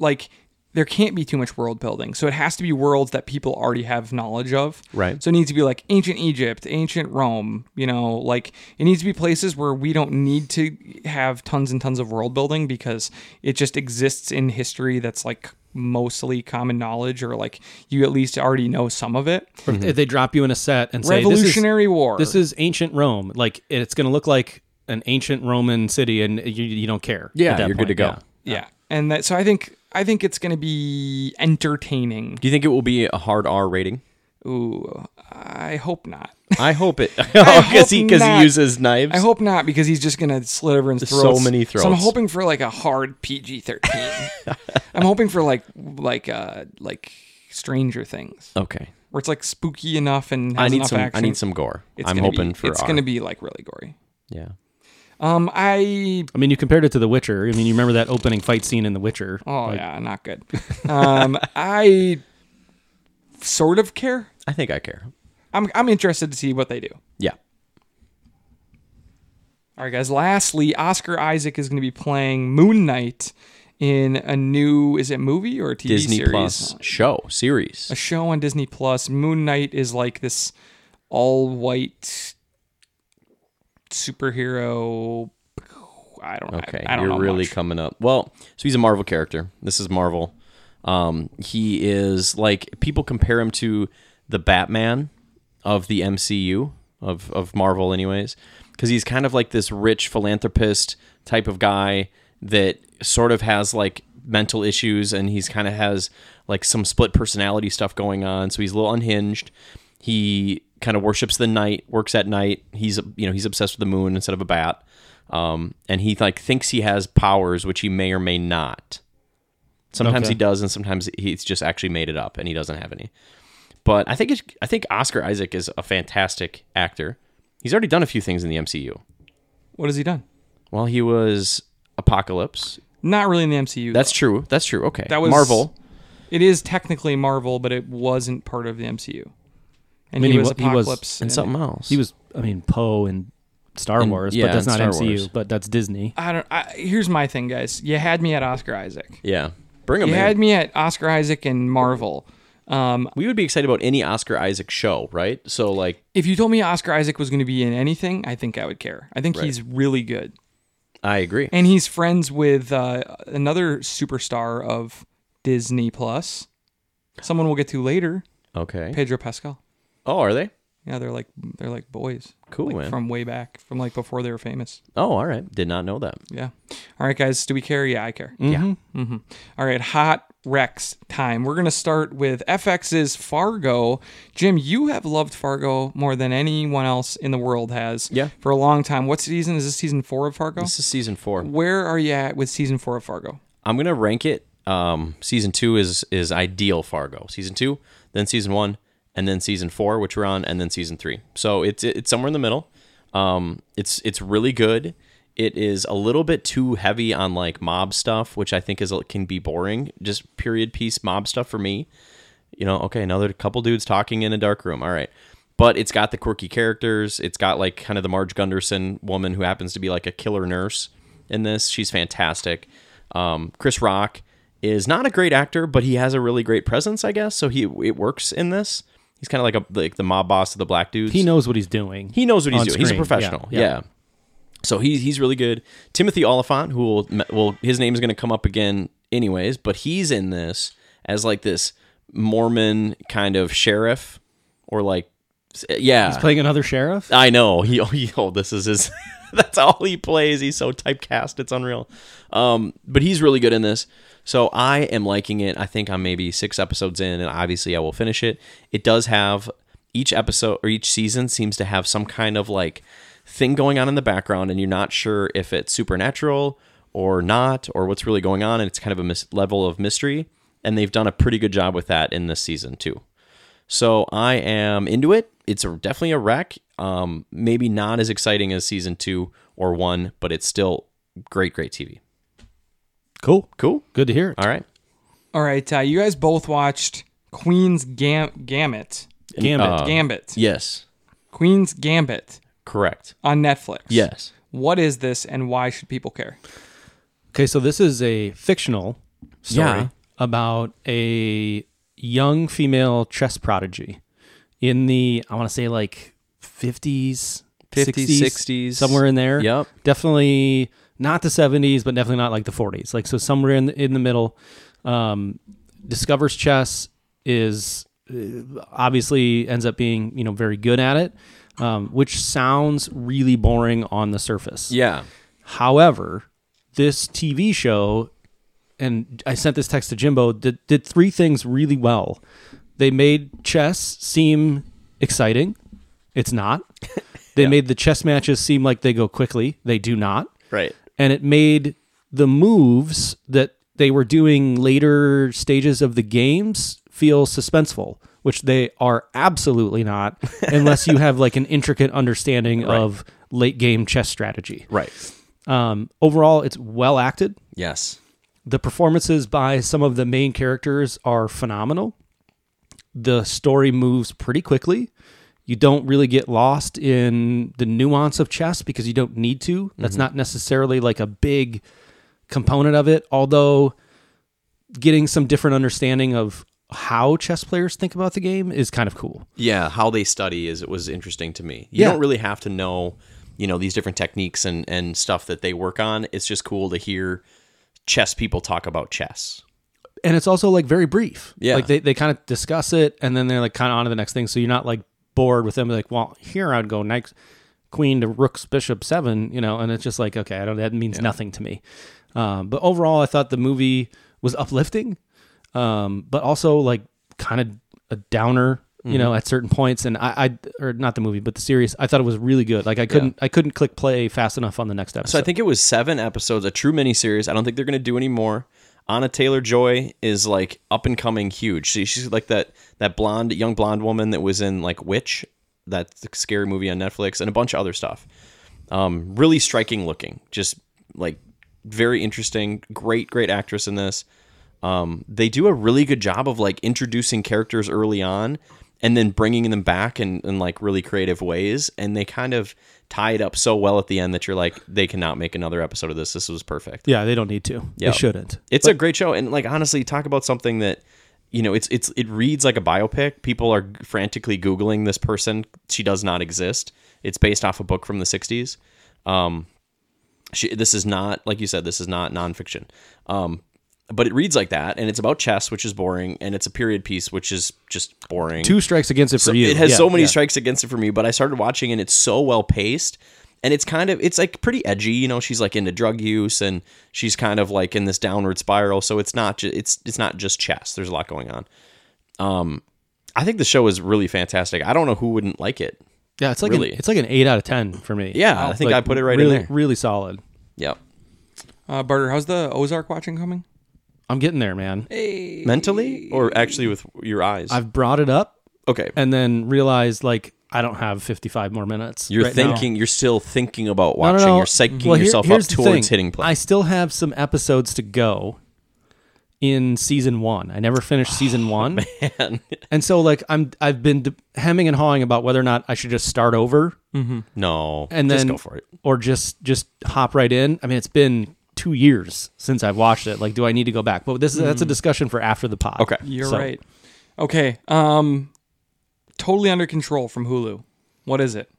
[SPEAKER 1] like there can't be too much world building. So it has to be worlds that people already have knowledge of.
[SPEAKER 3] Right.
[SPEAKER 1] So it needs to be like ancient Egypt, ancient Rome, you know, like it needs to be places where we don't need to have tons and tons of world building because it just exists in history that's like mostly common knowledge or like you at least already know some of it.
[SPEAKER 3] Mm-hmm.
[SPEAKER 2] If they drop you in a set and say this is-
[SPEAKER 1] Revolutionary War.
[SPEAKER 2] This is ancient Rome. Like it's going to look like an ancient Roman city, and you, you don't care.
[SPEAKER 3] Yeah,
[SPEAKER 2] at that
[SPEAKER 3] you're
[SPEAKER 2] point.
[SPEAKER 3] good to go.
[SPEAKER 2] Yeah.
[SPEAKER 1] yeah. And that so I think I think it's going to be entertaining.
[SPEAKER 3] Do you think it will be a hard
[SPEAKER 1] <laughs>
[SPEAKER 3] R rating?
[SPEAKER 1] Ooh, I hope not.
[SPEAKER 3] I hope it <laughs> because he
[SPEAKER 1] hope
[SPEAKER 3] because he
[SPEAKER 1] not.
[SPEAKER 3] uses knives.
[SPEAKER 1] I hope not because he's just gonna slit everyone's
[SPEAKER 3] So
[SPEAKER 1] throats.
[SPEAKER 3] many
[SPEAKER 1] So I'm
[SPEAKER 3] throats.
[SPEAKER 1] hoping for like a hard PG
[SPEAKER 3] <laughs>
[SPEAKER 1] thirteen. I'm hoping for like like uh like Stranger Things,
[SPEAKER 3] Okay,
[SPEAKER 1] where it's like spooky enough and has
[SPEAKER 3] I need
[SPEAKER 1] enough
[SPEAKER 3] some.
[SPEAKER 1] action.
[SPEAKER 3] I need some gore.
[SPEAKER 1] It's
[SPEAKER 3] I'm
[SPEAKER 1] gonna
[SPEAKER 3] hoping
[SPEAKER 1] be,
[SPEAKER 3] for
[SPEAKER 1] it's
[SPEAKER 3] R.
[SPEAKER 1] gonna be like really gory.
[SPEAKER 3] yeah.
[SPEAKER 1] Um, I
[SPEAKER 2] I mean, you compared it to The Witcher. I mean, you remember that opening fight scene in The Witcher.
[SPEAKER 1] oh yeah, not
[SPEAKER 3] <laughs>
[SPEAKER 1] good. Um, I sort of care.
[SPEAKER 3] I think I care.
[SPEAKER 1] I'm I'm interested to see what they do.
[SPEAKER 3] Yeah.
[SPEAKER 1] All right, guys. Lastly, Oscar Isaac is going to be playing Moon Knight in a new is it movie or a TV
[SPEAKER 3] Disney
[SPEAKER 1] series?
[SPEAKER 3] Plus show series.
[SPEAKER 1] a show on Disney Plus. Moon Knight is like this all white superhero. I don't.
[SPEAKER 3] Okay,
[SPEAKER 1] I, I don't
[SPEAKER 3] you're
[SPEAKER 1] know
[SPEAKER 3] really
[SPEAKER 1] much.
[SPEAKER 3] coming up. Well, so he's a Marvel character. This is Marvel. Um, he is like people compare him to the Batman of the MCU of of Marvel, anyways, because he's kind of like this rich philanthropist type of guy that sort of has like mental issues, and he's kind of has like some split personality stuff going on. So he's a little unhinged. He kind of worships the night, works at night. He's you know he's obsessed with the moon instead of a bat um, and he like thinks he has powers which he may or may not sometimes
[SPEAKER 2] Okay.
[SPEAKER 3] he does and sometimes he's just actually made it up and he doesn't have any but i think it's, i think oscar isaac is a fantastic actor he's already done a few things in the mcu
[SPEAKER 1] What has he done?
[SPEAKER 3] well he was apocalypse
[SPEAKER 1] Not really in the MCU.
[SPEAKER 3] that's true that's true okay
[SPEAKER 1] That was-
[SPEAKER 3] marvel
[SPEAKER 1] though. it is technically Marvel, but it wasn't part of the MCU. And
[SPEAKER 2] mean,
[SPEAKER 1] he,
[SPEAKER 2] he
[SPEAKER 1] was
[SPEAKER 2] wa- he was-
[SPEAKER 1] Apocalypse
[SPEAKER 3] and something else
[SPEAKER 2] He was, I mean, Poe and Star
[SPEAKER 3] And-
[SPEAKER 2] Wars,
[SPEAKER 3] yeah,
[SPEAKER 2] but that's
[SPEAKER 3] and
[SPEAKER 2] not
[SPEAKER 3] Star
[SPEAKER 2] MCU,
[SPEAKER 3] Wars.
[SPEAKER 2] but that's Disney.
[SPEAKER 1] I don't. I, here's my thing, guys. You had me at Oscar Isaac.
[SPEAKER 3] yeah bring him
[SPEAKER 1] You
[SPEAKER 3] in
[SPEAKER 1] had me at Oscar Isaac and Marvel. Um,
[SPEAKER 3] we would be excited about any oscar isaac show right so like
[SPEAKER 1] if you told me Oscar Isaac was going to be in anything, I think I would care. I think he's really good.
[SPEAKER 3] i agree
[SPEAKER 1] and he's friends with uh, another superstar of Disney Plus. Someone we'll get to later,
[SPEAKER 3] okay
[SPEAKER 1] Pedro Pascal.
[SPEAKER 3] oh are they
[SPEAKER 1] Yeah, they're like they're like boys.
[SPEAKER 3] Cool,
[SPEAKER 1] Like,
[SPEAKER 3] man.
[SPEAKER 1] From way back, from like before they were famous.
[SPEAKER 3] oh all right did not know that
[SPEAKER 1] Yeah. All right, guys. Do we care? Yeah, I care.
[SPEAKER 3] yeah
[SPEAKER 1] All right, hot Rex time. We're gonna start with FX's Fargo. Jim, you have loved Fargo more than anyone else in the world has.
[SPEAKER 3] Yeah.
[SPEAKER 1] For a long time. What season is this? Season four of Fargo.
[SPEAKER 3] this is season four
[SPEAKER 1] Where are you at with season four of Fargo?
[SPEAKER 3] I'm gonna rank it. Um, season two is is ideal Fargo. Season two, then season one, and then season four, which we're on, and then season three. So it's it's somewhere in the middle. Um, it's it's really good. It is a little bit too heavy on like mob stuff, which I think is can be boring. Just period piece mob stuff for me you know, okay, another couple dudes talking in a dark room. All right. But it's got the quirky characters. It's got like kind of the Marge Gunderson woman who happens to be like a killer nurse in this. She's fantastic. Um, Chris Rock is not a great actor, but he has a really great presence, I guess. So he it works in this. He's kind of like a like the mob boss of the black dudes.
[SPEAKER 2] He knows what he's doing.
[SPEAKER 3] He knows what he's
[SPEAKER 2] on
[SPEAKER 3] doing. he's a
[SPEAKER 2] screen.
[SPEAKER 3] professional. Yeah. So he's he's really good. Timothy Oliphant, who will well his name is going to come up again anyways, but he's in this as like this Mormon kind of sheriff or like yeah.
[SPEAKER 2] Playing another sheriff?
[SPEAKER 3] I know. He, <laughs> he oh, this is his. <laughs> that's all he plays. He's so typecast. It's unreal. Um, but he's really good in this. So I am liking it. I think I'm maybe six episodes in, and obviously I will finish it. It does have each episode or each season seems to have some kind of like thing going on in the background, and you're not sure if it's supernatural or not, or what's really going on, and it's kind of a mis- level of mystery. And they've done a pretty good job with that in this season too. So I am into it. It's a, definitely a wreck. Um, maybe not as exciting as season two or one, but it's still great, great TV.
[SPEAKER 2] Cool.
[SPEAKER 3] Cool.
[SPEAKER 2] Good to hear. it.
[SPEAKER 3] All right.
[SPEAKER 1] All right, uh, you guys both watched Queen's Gam- Gambit.
[SPEAKER 2] Gambit.
[SPEAKER 3] Uh,
[SPEAKER 1] Gambit.
[SPEAKER 3] Yes.
[SPEAKER 1] Queen's Gambit
[SPEAKER 3] Correct.
[SPEAKER 1] on Netflix.
[SPEAKER 3] Yes.
[SPEAKER 1] What is this and why should people care?
[SPEAKER 2] Okay, so this is a fictional story
[SPEAKER 3] Yeah.
[SPEAKER 2] about a young female chess prodigy in the I want to say like 50s,
[SPEAKER 3] 50s,
[SPEAKER 2] 60s,
[SPEAKER 3] 60s.
[SPEAKER 2] somewhere in there.
[SPEAKER 3] Yep.
[SPEAKER 2] Definitely not the 70s, but definitely not like the 40s. Like so somewhere in the, in the middle um discovers chess is uh, obviously ends up being, you know, very good at it. Um, which sounds really boring on the surface.
[SPEAKER 3] Yeah.
[SPEAKER 2] However, this TV show, and I sent this text to Jimbo, did, did three things really well. They made chess seem exciting. It's not. They made the chess matches seem like they go quickly. They do not.
[SPEAKER 3] Right.
[SPEAKER 2] And it made the moves that they were doing later stages of the games feel suspenseful, which they are absolutely not, unless you have like an intricate understanding of late game chess strategy.
[SPEAKER 3] Right.
[SPEAKER 2] Um, overall, it's well acted.
[SPEAKER 3] Yes.
[SPEAKER 2] The performances by some of the main characters are phenomenal. The story moves pretty quickly. You don't really get lost in the nuance of chess because you don't need to. That's not necessarily like a big component of it. Although getting some different understanding of how chess players think about the game is kind of cool.
[SPEAKER 3] yeah how they study is it was interesting to me you
[SPEAKER 2] Yeah.
[SPEAKER 3] don't really have to know you know these different techniques and and stuff that they work on it's just cool to hear chess people talk about chess
[SPEAKER 2] And it's also like very brief.
[SPEAKER 3] Yeah.
[SPEAKER 2] Like they, they kind of discuss it and then they're like kind of on to the next thing. So you're not like bored with them. Like, well, here I'd go next queen to rooks, bishop, seven, you know, and it's just like, okay, I don't, that means nothing to me. Um, but overall, I thought the movie was uplifting, um, but also like kind of a downer. You
[SPEAKER 3] Mm-hmm.
[SPEAKER 2] know, at certain points, and I, I, or not the movie, but the series, I thought it was really good. Like I couldn't, I couldn't click play fast enough on the next episode.
[SPEAKER 3] So I think it was seven episodes, a true miniseries. I don't think they're going to do any more. Anna Taylor Joy is like up and coming, huge. She, she's like that that blonde, young blonde woman that was in like Witch, that scary movie on Netflix, and a bunch of other stuff. Um, really striking looking, just like very interesting. Great, great actress in this. Um, they do a really good job of like introducing characters early on and then bringing them back in, in like really creative ways and they kind of tie it up so well at the end that you're like they cannot make another episode of this this was perfect
[SPEAKER 2] yeah, they don't need to.
[SPEAKER 3] Yeah.
[SPEAKER 2] They shouldn't.
[SPEAKER 3] it's a great show and like honestly talk about something that you know it's it's it reads like a biopic people are frantically googling this person she does not exist it's based off a book from the 60s um she, this is not like you said this is not nonfiction um but it reads like that and it's about chess which is boring and it's a period piece which is just boring
[SPEAKER 2] Two strikes against it for you.
[SPEAKER 3] it has
[SPEAKER 2] Yeah,
[SPEAKER 3] so many
[SPEAKER 2] yeah.
[SPEAKER 3] strikes against it for me, but I started watching and it's so well paced. And it's kind of it's like pretty edgy, you know. She's like into drug use, and she's kind of like in this downward spiral. So it's not ju- it's it's not just chess. There's a lot going on. Um, I think the show is really fantastic. I don't know who wouldn't like it.
[SPEAKER 2] Yeah, it's like
[SPEAKER 3] Really.
[SPEAKER 2] an, it's like an eight out of ten for me.
[SPEAKER 3] Yeah, I think I put it right in
[SPEAKER 2] really,
[SPEAKER 3] there.
[SPEAKER 2] Really solid.
[SPEAKER 3] Yep.
[SPEAKER 1] Uh, Barter, how's the Ozark watching coming?
[SPEAKER 2] I'm getting there, man.
[SPEAKER 3] Mentally or actually with your eyes.
[SPEAKER 2] I've brought it up
[SPEAKER 3] okay.
[SPEAKER 2] and then realized like I don't have 55 more minutes.
[SPEAKER 3] You're
[SPEAKER 2] right now.
[SPEAKER 3] thinking. You're still thinking about
[SPEAKER 2] No, no,
[SPEAKER 3] watching.
[SPEAKER 2] no.
[SPEAKER 3] You're psyching
[SPEAKER 2] Well, here-
[SPEAKER 3] yourself up
[SPEAKER 2] here's the
[SPEAKER 3] towards
[SPEAKER 2] thing.
[SPEAKER 3] hitting play.
[SPEAKER 2] I still have some episodes to go in season one. I never finished
[SPEAKER 3] <sighs>
[SPEAKER 2] season one, and so like I'm I've been d- hemming and hawing about whether or not I should just start over
[SPEAKER 3] <laughs> no.
[SPEAKER 2] and then
[SPEAKER 3] just go for it.
[SPEAKER 2] or just just hop right in. I mean, it's been two years since I've watched it. Like, do I need to go back? But this is that's a discussion for after the pod.
[SPEAKER 3] Okay.
[SPEAKER 1] Hmm. You're
[SPEAKER 2] So-
[SPEAKER 1] right. Okay. Um, totally under control from Hulu. What is it?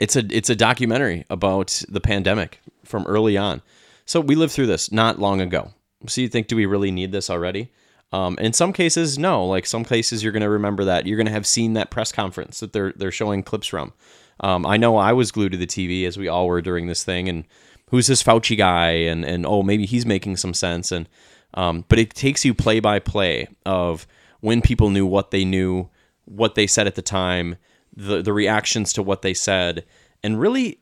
[SPEAKER 3] it's a it's a documentary about the pandemic from early on. So we lived through this not long ago. So you think, do we really need this already? Um, in some cases, no. Like some cases, you're going to remember that you're going to have seen that press conference that they're they're showing clips from. Um, I know I was glued to the TV as we all were during this thing, and who's this Fauci guy? And and oh, maybe he's making some sense. And um, but it takes you play by play of when people knew what they knew, what they said at the time, the the reactions to what they said, and really,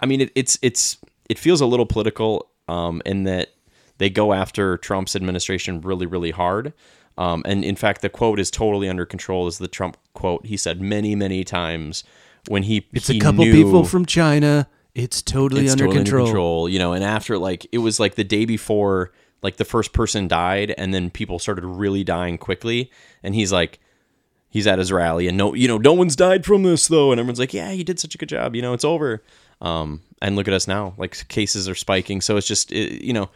[SPEAKER 3] I mean, it, it's it's it feels a little political um, in that they go after Trump's administration really really hard. Um, and in fact, the quote is totally under control. Is the Trump quote he said many many times when he
[SPEAKER 2] It's a couple people from China. It's totally
[SPEAKER 3] it's
[SPEAKER 2] under
[SPEAKER 3] totally
[SPEAKER 2] control.
[SPEAKER 3] you know and after like it was like the day before like the first person died and then people started really dying quickly and he's like he's at his rally and no you know no one's died from this though and everyone's like yeah he did such a good job you know it's over um and look at us now like cases are spiking so it's just it, you know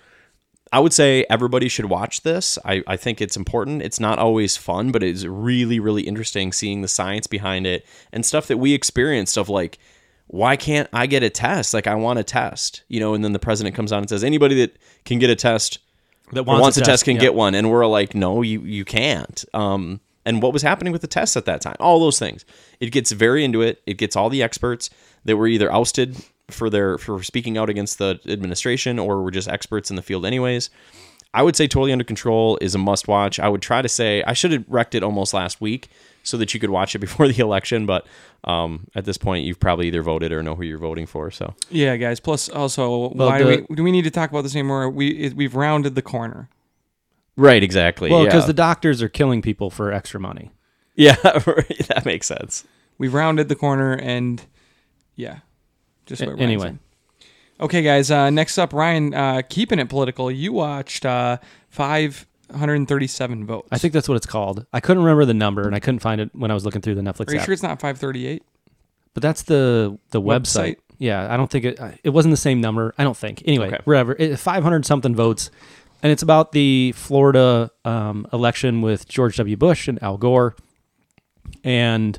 [SPEAKER 3] I would say everybody should watch this. I, I think it's important. It's not always fun, but it's really, really interesting seeing the science behind it and stuff that we experienced of like, why can't I get a test? Like, I want a test, you know, and then the president comes on and says, anybody that can get a test
[SPEAKER 2] That
[SPEAKER 3] wants, a, test, can
[SPEAKER 2] yeah.
[SPEAKER 3] get one. And we're like, no, you, you can't. Um, and what was happening with the tests at that time? All those things. It gets very into it. It gets all the experts that were either ousted for their for speaking out against the administration or were just experts in the field anyways. I would say Totally Under Control is a must watch. I would try to say I should have wrecked it almost last week so that you could watch it <laughs> before the election, but um, at this point you've probably either voted or know who you're voting for. So
[SPEAKER 1] Yeah, guys. Plus, also, why do
[SPEAKER 2] the-
[SPEAKER 1] we do we need to talk about this anymore? We it- we've rounded the corner.
[SPEAKER 3] Right, exactly.
[SPEAKER 2] Well,
[SPEAKER 3] yeah.
[SPEAKER 2] because the doctors are killing people for extra money.
[SPEAKER 3] <laughs> Yeah, right, that makes sense.
[SPEAKER 1] We've rounded the corner, and yeah, just what Ryan
[SPEAKER 2] anyway.
[SPEAKER 1] said. Okay, guys. Uh, next up, Ryan. Uh, keeping it political. You watched uh, five 137 votes.
[SPEAKER 2] I think that's what it's called. I couldn't remember the number, and I couldn't find it when I was looking through the Netflix
[SPEAKER 1] Are you
[SPEAKER 2] app.
[SPEAKER 1] sure it's not 538?
[SPEAKER 2] But that's the the
[SPEAKER 1] Website?
[SPEAKER 2] website. Yeah, I don't think it. uh, It wasn't the same number. I don't think. Anyway,
[SPEAKER 1] Okay.
[SPEAKER 2] wherever five hundred something votes, and it's about the Florida um, election with George W. Bush and Al Gore, and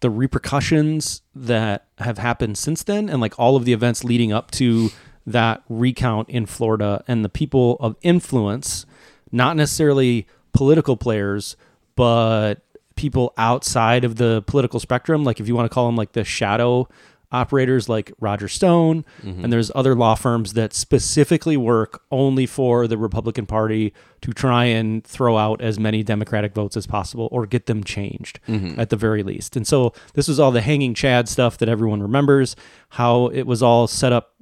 [SPEAKER 2] the repercussions that have happened since then, and like all of the events leading up to that recount in Florida, and the people of influence, not necessarily political players, but people outside of the political spectrum, like if you want to call them like the shadow operators like Roger Stone, and there's other law firms that specifically work only for the Republican Party to try and throw out as many Democratic votes as possible or get them changed at the very least. And so this was all the hanging Chad stuff that everyone remembers, how it was all set up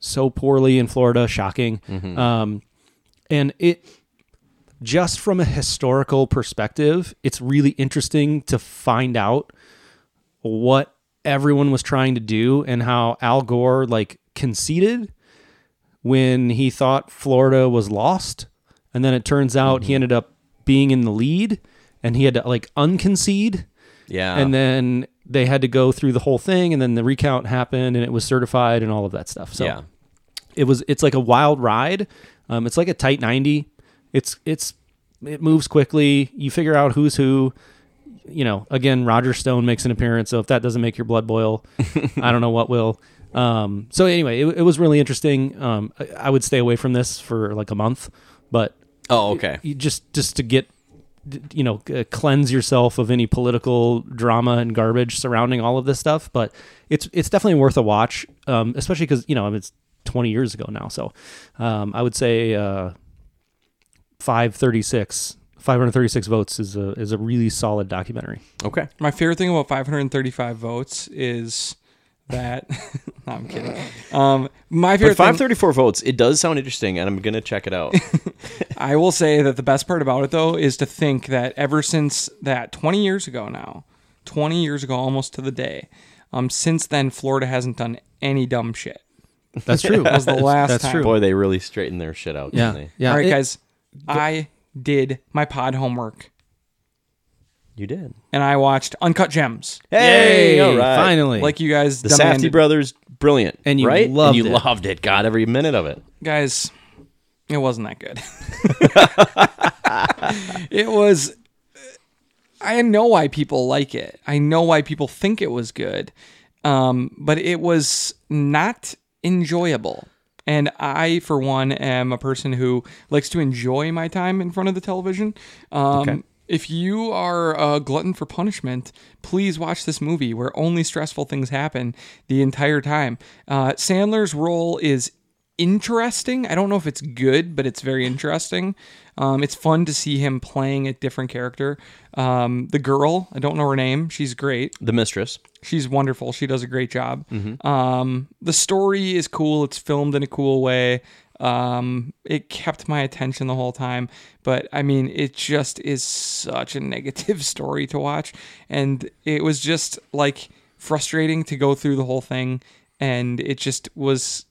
[SPEAKER 2] so poorly in Florida, shocking. Um, and it just from a historical perspective, it's really interesting to find out what everyone was trying to do and how Al Gore like conceded when he thought Florida was lost. And then it turns out
[SPEAKER 3] Mm-hmm.
[SPEAKER 2] he ended up being in the lead and he had to like unconcede
[SPEAKER 3] Yeah.
[SPEAKER 2] and then they had to go through the whole thing and then the recount happened and it was certified and all of that stuff so
[SPEAKER 3] Yeah.
[SPEAKER 2] it was it's like a wild ride um, it's like a tight 90 it's it's it moves quickly you figure out who's who you know again roger stone makes an appearance so if that doesn't make your blood boil i don't know what will um, so anyway it, it was really interesting um, I, I would stay away from this for like a month but
[SPEAKER 3] oh, okay.
[SPEAKER 2] you just just to get d- you know c- cleanse yourself of any political drama and garbage surrounding all of this stuff but it's it's definitely worth a watch um especially cuz you know it's 20 years ago now so um i would say uh 536 536 votes is a is a really solid documentary
[SPEAKER 3] Okay.
[SPEAKER 1] My favorite thing about 535 votes is that. <laughs> no, I'm kidding. Um, my favorite
[SPEAKER 3] But
[SPEAKER 1] thing.
[SPEAKER 3] 534 votes. It does sound interesting, and I'm gonna check it out.
[SPEAKER 1] I will say that the best part about it though is to think that ever since that 20 years ago now, 20 years ago almost to the day, um, since then Florida hasn't done any dumb shit.
[SPEAKER 2] <laughs>
[SPEAKER 1] <laughs>
[SPEAKER 2] that's true
[SPEAKER 1] That was the last
[SPEAKER 2] <laughs> that's
[SPEAKER 1] time.
[SPEAKER 2] true
[SPEAKER 3] Boy, they really straightened their shit out,
[SPEAKER 2] yeah
[SPEAKER 3] didn't they?
[SPEAKER 2] yeah
[SPEAKER 1] All right,
[SPEAKER 2] It-
[SPEAKER 1] guys, I did my pod homework
[SPEAKER 3] You did.
[SPEAKER 1] and I watched Uncut Gems,
[SPEAKER 2] Yay,
[SPEAKER 3] all right.
[SPEAKER 2] finally
[SPEAKER 1] like you guys.
[SPEAKER 3] The Safety
[SPEAKER 1] demanded.
[SPEAKER 3] brothers, brilliant,
[SPEAKER 2] And you
[SPEAKER 3] right?
[SPEAKER 2] loved
[SPEAKER 3] and you
[SPEAKER 2] it.
[SPEAKER 3] loved it. God, every minute of it.
[SPEAKER 1] guys, it wasn't that
[SPEAKER 2] <laughs>
[SPEAKER 1] good. it was. I know why people like it. I know why people think it was good, um, but it was not enjoyable. And I, for one, am a person who likes to enjoy my time in front of the television. Um, If you are a glutton for punishment, please watch this movie where only stressful things happen the entire time. Uh, Sandler's role is interesting. I don't know if it's good, but it's very interesting. Um, it's fun to see him playing a different character. Um, the girl, I don't know her name. She's great.
[SPEAKER 3] The mistress.
[SPEAKER 1] She's wonderful. She does a great job. Um, the story is cool. It's filmed in a cool way. Um, it kept my attention the whole time. But I mean, it just is such a <laughs> negative story to watch. And it was just like frustrating to go through the whole thing. And it just was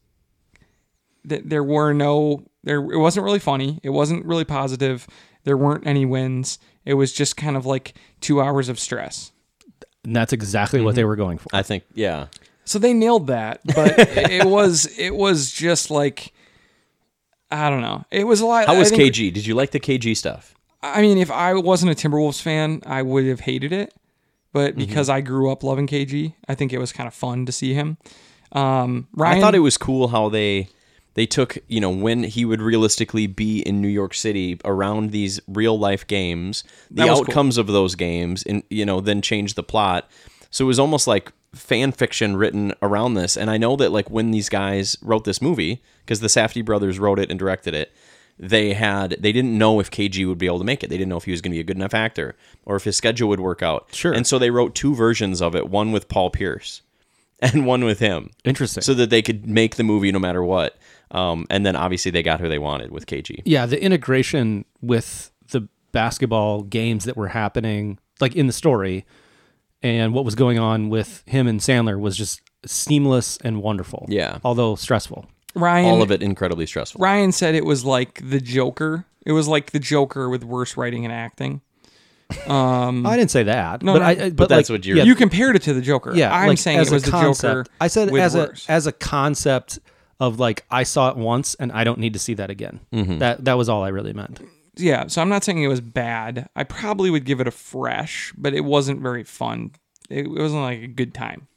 [SPEAKER 1] th- there were no there it wasn't really funny it wasn't really positive there weren't any wins it was just kind of like two hours of stress
[SPEAKER 2] and that's exactly what they were going for
[SPEAKER 3] I think. Yeah.
[SPEAKER 1] so they nailed that
[SPEAKER 2] <laughs>
[SPEAKER 1] but it it was it was just like i don't know it was a lot
[SPEAKER 3] How
[SPEAKER 1] I
[SPEAKER 3] was
[SPEAKER 1] think-
[SPEAKER 3] KG? Did you like the KG stuff?
[SPEAKER 1] i mean if i wasn't a timberwolves fan i would have hated it
[SPEAKER 2] Mm-hmm.
[SPEAKER 1] but because i grew up loving kg i think it was kind of fun to see him um ryan
[SPEAKER 3] I thought it was cool how they they took you know when he would realistically be in New York City around these real life games, the
[SPEAKER 1] That was cool.
[SPEAKER 3] outcomes of those games, and you know then change the plot. So it was almost like fan fiction written around this. And I know that like when these guys wrote this movie, because the Safdie brothers wrote it and directed it, they had they didn't know if KG would be able to make it. They didn't know if he was going to be a good enough actor or if his schedule would work out.
[SPEAKER 2] Sure.
[SPEAKER 3] And so they wrote two versions of it, one with Paul Pierce <laughs> and one with him
[SPEAKER 2] interesting
[SPEAKER 3] so that they could make the movie no matter what. Um, and then obviously they got who they wanted with KG.
[SPEAKER 2] yeah the integration with the basketball games that were happening like in the story and what was going on with him and sandler was just seamless and wonderful
[SPEAKER 3] Yeah.
[SPEAKER 2] although stressful
[SPEAKER 1] ryan
[SPEAKER 3] All of it incredibly stressful.
[SPEAKER 1] Ryan said it was like the Joker It was like the Joker with worse writing and acting.
[SPEAKER 2] I didn't say that. but
[SPEAKER 1] Mm. no.
[SPEAKER 2] I,
[SPEAKER 1] But
[SPEAKER 2] but,
[SPEAKER 3] that's
[SPEAKER 2] like,
[SPEAKER 3] what you're-
[SPEAKER 2] yeah,
[SPEAKER 1] You compared it to the Joker.
[SPEAKER 2] Yeah,
[SPEAKER 1] I'm
[SPEAKER 2] like,
[SPEAKER 1] saying
[SPEAKER 2] as
[SPEAKER 1] it
[SPEAKER 2] a
[SPEAKER 1] was the Joker.
[SPEAKER 2] concept. I said
[SPEAKER 1] with
[SPEAKER 2] as
[SPEAKER 1] worse.
[SPEAKER 2] a as a concept of like I saw it once and I don't need to see that again.
[SPEAKER 1] Mm-hmm.
[SPEAKER 2] That that was all I really meant.
[SPEAKER 1] yeah. So I'm not saying it was bad. I probably would give it a fresh, but it wasn't very fun. It, it wasn't like a good time.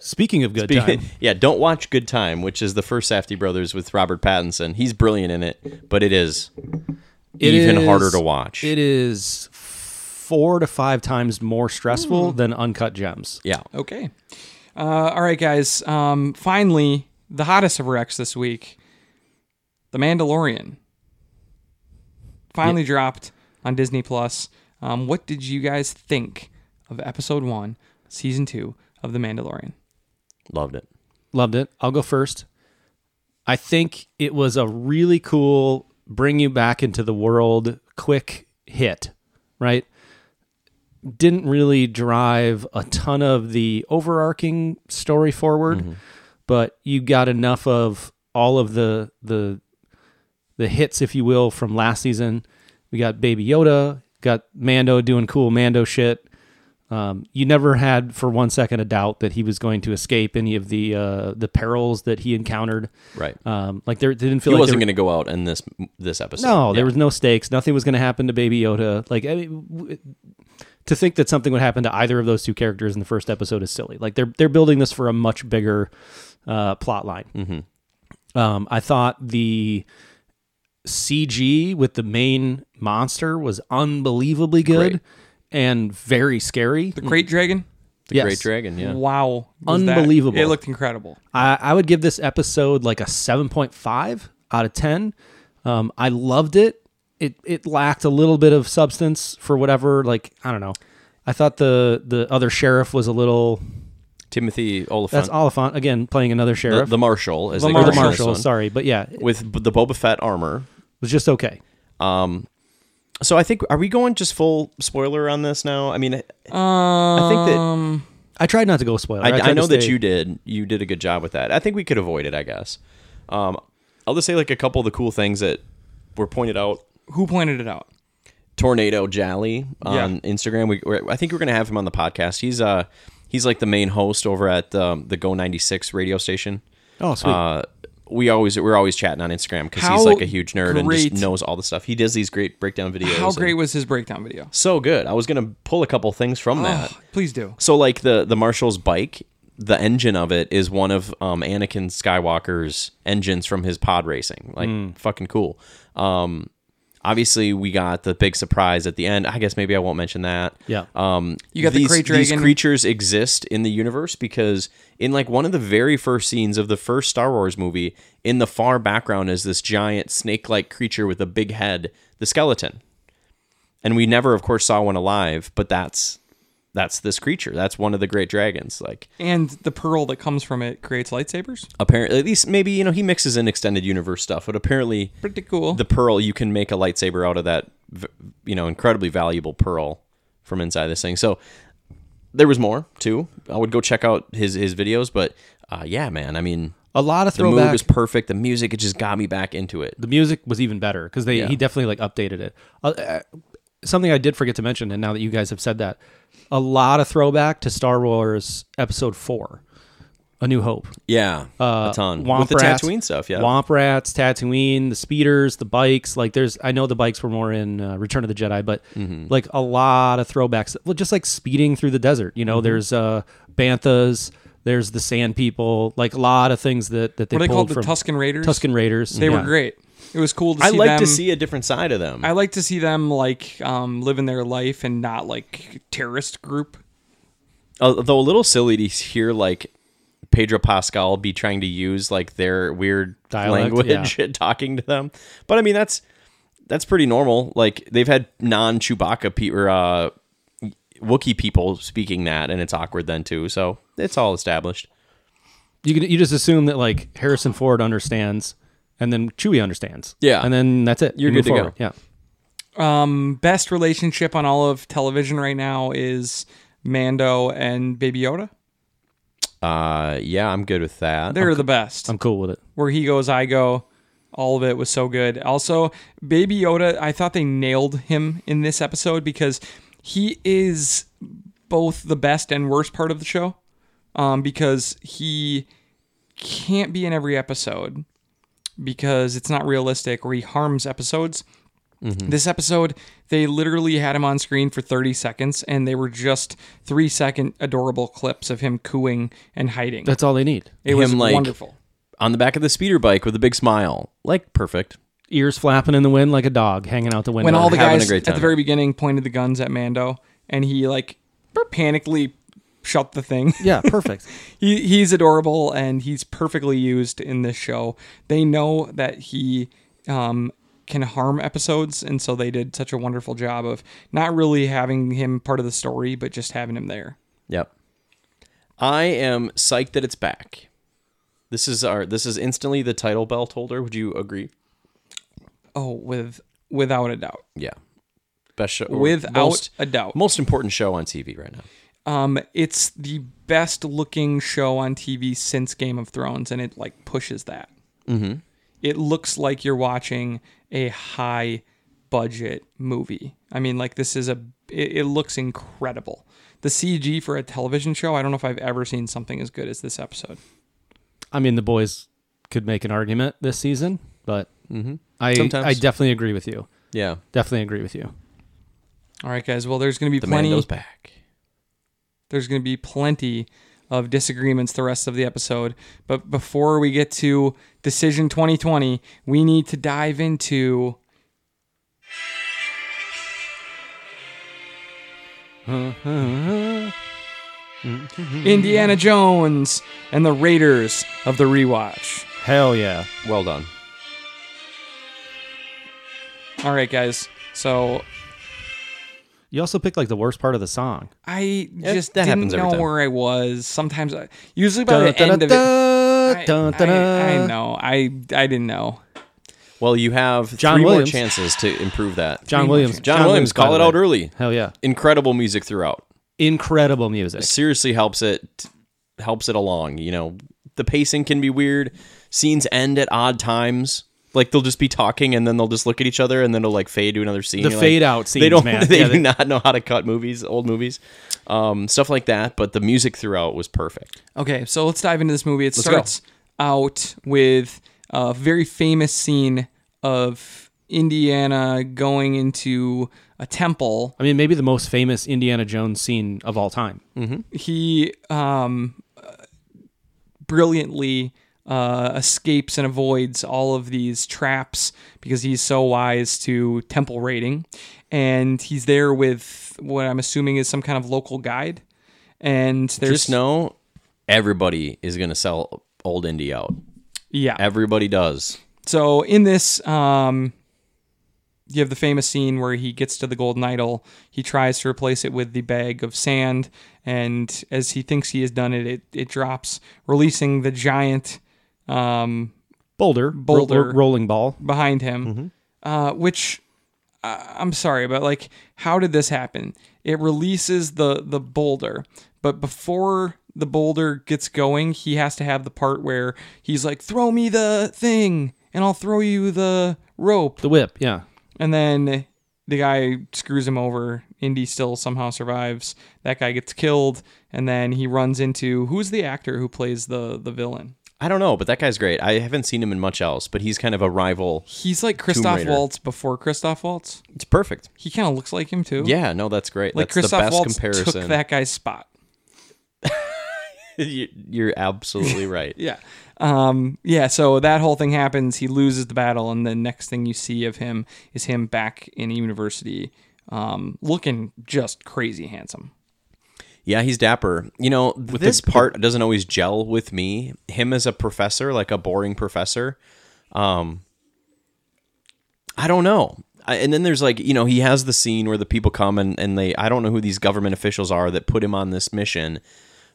[SPEAKER 2] Speaking of good time,
[SPEAKER 3] <laughs> yeah, don't watch Good Time, which is the first Safety Brothers with Robert Pattinson. He's brilliant in it, but it is
[SPEAKER 2] it
[SPEAKER 3] even
[SPEAKER 2] is-
[SPEAKER 3] harder to watch.
[SPEAKER 2] It is four to five times more stressful
[SPEAKER 1] Mm.
[SPEAKER 2] than Uncut Gems.
[SPEAKER 3] yeah.
[SPEAKER 1] Okay. Uh, all right, guys. Um, finally, the hottest of wrecks this week, The Mandalorian, finally dropped on Disney Plus. Um, what did you guys think of Episode One, Season Two of The Mandalorian?
[SPEAKER 3] Loved it.
[SPEAKER 2] Loved it. I'll go first. I think it was a really cool bring you back into the world quick hit, right? Didn't really drive a ton of the overarching story forward, but you got enough of all of the the the hits, if you will, from last season. We got Baby Yoda, got Mando doing cool Mando shit. Um, you never had for one second a doubt that he was going to escape any of the uh, the perils that he encountered.
[SPEAKER 3] Right.
[SPEAKER 2] Um, like there they didn't
[SPEAKER 3] he
[SPEAKER 2] feel like
[SPEAKER 3] wasn't
[SPEAKER 2] there-
[SPEAKER 3] going to go out in this this episode.
[SPEAKER 2] no, there
[SPEAKER 3] Yeah.
[SPEAKER 2] was no stakes. Nothing was going to happen to Baby Yoda. Like I mean, w- to think that something would happen to either of those two characters in the first episode is silly. Like they're they're building this for a much bigger uh, plot line.
[SPEAKER 3] Mm-hmm.
[SPEAKER 2] Um, I thought the CG with the main monster was unbelievably good
[SPEAKER 3] Great.
[SPEAKER 2] and very scary.
[SPEAKER 1] The Great Dragon.
[SPEAKER 3] the
[SPEAKER 2] Yes. Mm-hmm.
[SPEAKER 3] Great Dragon. Hmm. Yeah.
[SPEAKER 1] Wow, was that-
[SPEAKER 2] Unbelievable.
[SPEAKER 1] it looked incredible.
[SPEAKER 2] I, I would give this episode like a 7.5 out of 10. Um, I loved it. It it lacked a little bit of substance for whatever. Like I don't know. I thought the the other sheriff was a little.
[SPEAKER 3] Timothy Oliphant,
[SPEAKER 2] That's Oliphant again playing another
[SPEAKER 3] the,
[SPEAKER 2] sheriff.
[SPEAKER 3] the Marshal, as
[SPEAKER 1] The
[SPEAKER 2] Or
[SPEAKER 3] they call
[SPEAKER 2] the
[SPEAKER 3] him in this
[SPEAKER 2] marshal.
[SPEAKER 3] one,
[SPEAKER 2] Sorry, but yeah, it
[SPEAKER 3] with b- the Boba Fett armor. Um,
[SPEAKER 2] was just okay.
[SPEAKER 3] So I think are we going just full spoiler on this now? I mean, I- I think
[SPEAKER 1] Um,
[SPEAKER 3] that
[SPEAKER 2] I tried not to go spoiler.
[SPEAKER 3] I,
[SPEAKER 2] tried
[SPEAKER 3] I
[SPEAKER 2] to
[SPEAKER 3] know that
[SPEAKER 2] stay-
[SPEAKER 3] you did. You did a good job with that. I think we could avoid it. I guess. Um, I'll just say like a couple of the cool things that were pointed out.
[SPEAKER 1] Who pointed it out?
[SPEAKER 3] Tornado Jally on
[SPEAKER 1] Yeah.
[SPEAKER 3] Instagram. We we're- I think we're gonna have him on the podcast. He's uh he's like the main host over at um, the Go ninety six radio station.
[SPEAKER 2] Oh sweet.
[SPEAKER 3] Uh, we always we're always chatting on Instagram because
[SPEAKER 1] How
[SPEAKER 3] he's like a huge nerd and
[SPEAKER 1] great-
[SPEAKER 3] just knows all the stuff. He does these great breakdown videos.
[SPEAKER 1] How
[SPEAKER 3] and-
[SPEAKER 1] great was his breakdown video?
[SPEAKER 3] So good. I was gonna pull a couple things from that.
[SPEAKER 1] Oh, please do.
[SPEAKER 3] So like the the Marshall's bike, the engine of it is one of um, Anakin Skywalker's engines from his pod racing. Like fucking cool. Um, obviously we got the big surprise at the end. I guess maybe I won't mention that.
[SPEAKER 2] Yeah.
[SPEAKER 3] Um,
[SPEAKER 1] You got the
[SPEAKER 3] these,
[SPEAKER 1] Great
[SPEAKER 3] these
[SPEAKER 1] Dragon.
[SPEAKER 3] creatures exist in the universe because in like one of the very first scenes of the first Star Wars movie, in the far background is this giant snake-like creature with a big head, the skeleton and we never of course saw one alive but that's that's this creature that's one of the great dragons like
[SPEAKER 1] And the pearl that comes from it creates lightsabers.
[SPEAKER 3] apparently at least maybe you know he mixes in extended universe stuff but apparently
[SPEAKER 1] Pretty cool.
[SPEAKER 3] <laughs> the pearl you can make a lightsaber out of that v- you know incredibly valuable pearl from inside this thing so there was more too i would go check out his his videos but uh yeah man i mean
[SPEAKER 2] a lot of
[SPEAKER 3] the move
[SPEAKER 2] throwback.
[SPEAKER 3] is perfect the music it just got me back into it
[SPEAKER 2] the music was even better because they he definitely like updated it. Uh, uh, something I did forget to mention, and now that you guys have said that, a lot of throwback to Star Wars Episode Four, A New Hope.
[SPEAKER 3] yeah
[SPEAKER 2] Uh,
[SPEAKER 3] a ton
[SPEAKER 2] Womp
[SPEAKER 3] with the
[SPEAKER 2] rats,
[SPEAKER 3] Tatooine stuff yeah
[SPEAKER 2] Womp rats, Tatooine, the speeders, the bikes. Like there's, I know the bikes were more in uh, Return of the Jedi, but
[SPEAKER 3] Mm-hmm.
[SPEAKER 2] like a lot of throwbacks. Well, just like speeding through the desert. You
[SPEAKER 3] Mm-hmm.
[SPEAKER 2] know, there's uh, banthas. There's the sand people. Like a lot of things that that they
[SPEAKER 1] what are they
[SPEAKER 2] pulled
[SPEAKER 1] called? The
[SPEAKER 2] from
[SPEAKER 1] Tuscan Raiders.
[SPEAKER 2] Tusken Raiders.
[SPEAKER 1] They were
[SPEAKER 2] Yeah.
[SPEAKER 1] great. It was cool to see
[SPEAKER 3] i like to
[SPEAKER 1] them-
[SPEAKER 3] see a different side of them
[SPEAKER 1] I like to see them like um, living their life and not like terrorist group.
[SPEAKER 3] although a little silly to hear like Pedro Pascal be trying to use like their weird
[SPEAKER 2] Dialect,
[SPEAKER 3] language <laughs> and talking to them. But I mean that's that's pretty normal. Like they've had non Chewbacca pe- or uh, Wookiee people speaking that, and it's awkward then too. So it's all established.
[SPEAKER 2] you could, you just assume that like Harrison Ford understands, and then Chewie understands.
[SPEAKER 3] Yeah.
[SPEAKER 2] and then that's it.
[SPEAKER 3] You're
[SPEAKER 2] You move
[SPEAKER 3] good to go.
[SPEAKER 2] forward. Yeah,
[SPEAKER 1] Um, best relationship on all of television right now is Mando and Baby Yoda.
[SPEAKER 3] Uh, yeah, I'm good with that.
[SPEAKER 1] They're the best.
[SPEAKER 2] I'm cool with it.
[SPEAKER 1] Where he goes, I go. All of it was so good. Also, Baby Yoda, I thought they nailed him in this episode because he is both the best and worst part of the show um, because he can't be in every episode because it's not realistic or he harms episodes.
[SPEAKER 3] Mm-hmm.
[SPEAKER 1] This episode, they literally had him on screen for 30 seconds and they were just three second adorable clips of him cooing and hiding.
[SPEAKER 2] That's all they need.
[SPEAKER 1] it was
[SPEAKER 3] him, like-
[SPEAKER 1] wonderful.
[SPEAKER 3] on the back of the speeder bike with a big smile. Like perfect.
[SPEAKER 2] Ears flapping in the wind like a dog hanging out the window.
[SPEAKER 1] When all the
[SPEAKER 3] having a
[SPEAKER 1] guys
[SPEAKER 3] great
[SPEAKER 1] at the
[SPEAKER 3] time.
[SPEAKER 1] very beginning pointed the guns at Mando and he like panically shut the thing. <laughs>
[SPEAKER 2] yeah, perfect.
[SPEAKER 1] he he's adorable and he's perfectly used in this show. They know that he um, can harm episodes, and so they did such a wonderful job of not really having him part of the story, but just having him there.
[SPEAKER 3] Yep. I am psyched that it's back. This is our this is instantly the title belt holder. Would you agree?
[SPEAKER 1] Oh, with without a doubt,
[SPEAKER 3] Yeah. Best show or
[SPEAKER 1] without
[SPEAKER 3] most,
[SPEAKER 1] a doubt,
[SPEAKER 3] most important show on TV right now.
[SPEAKER 1] um, it's the best looking show on TV since Game of Thrones, and it like pushes that. Mm-hmm. It looks like you're watching a high budget movie. I mean, like this is a. It, it looks incredible. The CG for a television show. I don't know if I've ever seen something as good as this episode.
[SPEAKER 2] <laughs> I mean, the boys could make an argument this season, but I
[SPEAKER 3] Sometimes.
[SPEAKER 2] I definitely agree with you.
[SPEAKER 3] Yeah.
[SPEAKER 2] Definitely agree with you.
[SPEAKER 1] All right, guys. Well, there's going to be
[SPEAKER 3] The
[SPEAKER 1] plenty.
[SPEAKER 3] Mando's back.
[SPEAKER 1] there's going to be plenty of disagreements the rest of the episode. But before we get to Decision 2020, we need to dive
[SPEAKER 2] <laughs>
[SPEAKER 1] into. Indiana Jones and the Raiders of the Rewatch.
[SPEAKER 2] Hell yeah.
[SPEAKER 3] Well done.
[SPEAKER 1] All right, guys. So
[SPEAKER 2] You also picked like the worst part of the song.
[SPEAKER 1] I
[SPEAKER 3] Yeah,
[SPEAKER 1] just
[SPEAKER 3] that
[SPEAKER 1] didn't
[SPEAKER 3] happens every
[SPEAKER 1] know
[SPEAKER 3] time.
[SPEAKER 1] where I was. Sometimes, I, usually by Oh, the
[SPEAKER 2] Dun,
[SPEAKER 1] end
[SPEAKER 2] dun,
[SPEAKER 1] of it,
[SPEAKER 2] dun, dun,
[SPEAKER 1] I-
[SPEAKER 2] dun,
[SPEAKER 1] I, I
[SPEAKER 2] dun.
[SPEAKER 1] know. I I didn't know.
[SPEAKER 3] Well, you have
[SPEAKER 2] John
[SPEAKER 3] three
[SPEAKER 2] Williams.
[SPEAKER 3] more chances to improve that.
[SPEAKER 2] John Williams.
[SPEAKER 3] John, Williams,
[SPEAKER 2] by
[SPEAKER 3] call
[SPEAKER 2] the
[SPEAKER 3] it out
[SPEAKER 2] way.
[SPEAKER 3] early.
[SPEAKER 2] Hell yeah.
[SPEAKER 3] Incredible music throughout.
[SPEAKER 2] Incredible music.
[SPEAKER 3] seriously helps it helps it along you know the pacing can be weird scenes end at odd times like they'll just be talking and then they'll just look at each other and then it'll like fade to another scene
[SPEAKER 2] The
[SPEAKER 3] You're
[SPEAKER 2] fade
[SPEAKER 3] like,
[SPEAKER 2] out scenes,
[SPEAKER 3] they don't
[SPEAKER 2] man.
[SPEAKER 3] <laughs> they
[SPEAKER 2] Yeah,
[SPEAKER 3] do
[SPEAKER 2] they-
[SPEAKER 3] not know how to cut movies old movies um stuff like that but the music throughout was perfect
[SPEAKER 1] Okay, so let's dive into this movie. It
[SPEAKER 3] go.
[SPEAKER 1] starts out with a very famous scene of Indiana going into a temple.
[SPEAKER 2] I mean, maybe the most famous Indiana Jones scene of all time.
[SPEAKER 1] He um, brilliantly uh, escapes and avoids all of these traps because he's so wise to temple raiding. And he's there with what I'm assuming is some kind of local guide. And there's
[SPEAKER 3] just know everybody is going to sell old indie out
[SPEAKER 1] yeah.
[SPEAKER 3] everybody does
[SPEAKER 1] so in this um you have the famous scene where he gets to the golden idol he tries to replace it with the bag of sand and as he thinks he has done it it, it drops releasing the giant um
[SPEAKER 2] Boulder. ro-
[SPEAKER 1] Boulder.
[SPEAKER 2] ro- rolling ball.
[SPEAKER 1] behind him uh which I i'm sorry but like how did this happen it releases the the boulder but before the boulder gets going he has to have the part where he's like throw me the thing and i'll throw you the rope
[SPEAKER 2] The whip. Yeah.
[SPEAKER 1] and then the guy screws him over. Indy still somehow survives. That guy gets killed, and then he runs into who's the actor who plays the the villain?
[SPEAKER 3] i don't know but that guy's great i haven't seen him in much else but he's kind of a rival
[SPEAKER 1] He's like Christoph
[SPEAKER 3] Raider.
[SPEAKER 1] Waltz before Christoph Waltz.
[SPEAKER 3] it's perfect
[SPEAKER 1] He kind of looks like him too.
[SPEAKER 3] yeah no that's great
[SPEAKER 1] like
[SPEAKER 3] that's
[SPEAKER 1] Christoph
[SPEAKER 3] the best
[SPEAKER 1] Waltz
[SPEAKER 3] comparison
[SPEAKER 1] took that guy's spot.
[SPEAKER 3] <laughs> You- You're absolutely right.
[SPEAKER 1] Yeah. Um, yeah, so that whole thing happens. He loses the battle, and the next thing you see of him is him back in university, um, looking just crazy handsome.
[SPEAKER 3] Yeah, he's dapper. You know, this part doesn't always gel with me. Him as a professor, like a boring professor. Um, I don't know. I, and then there's like, you know, he has the scene where the people come and, and they, I don't know who these government officials are that put him on this mission,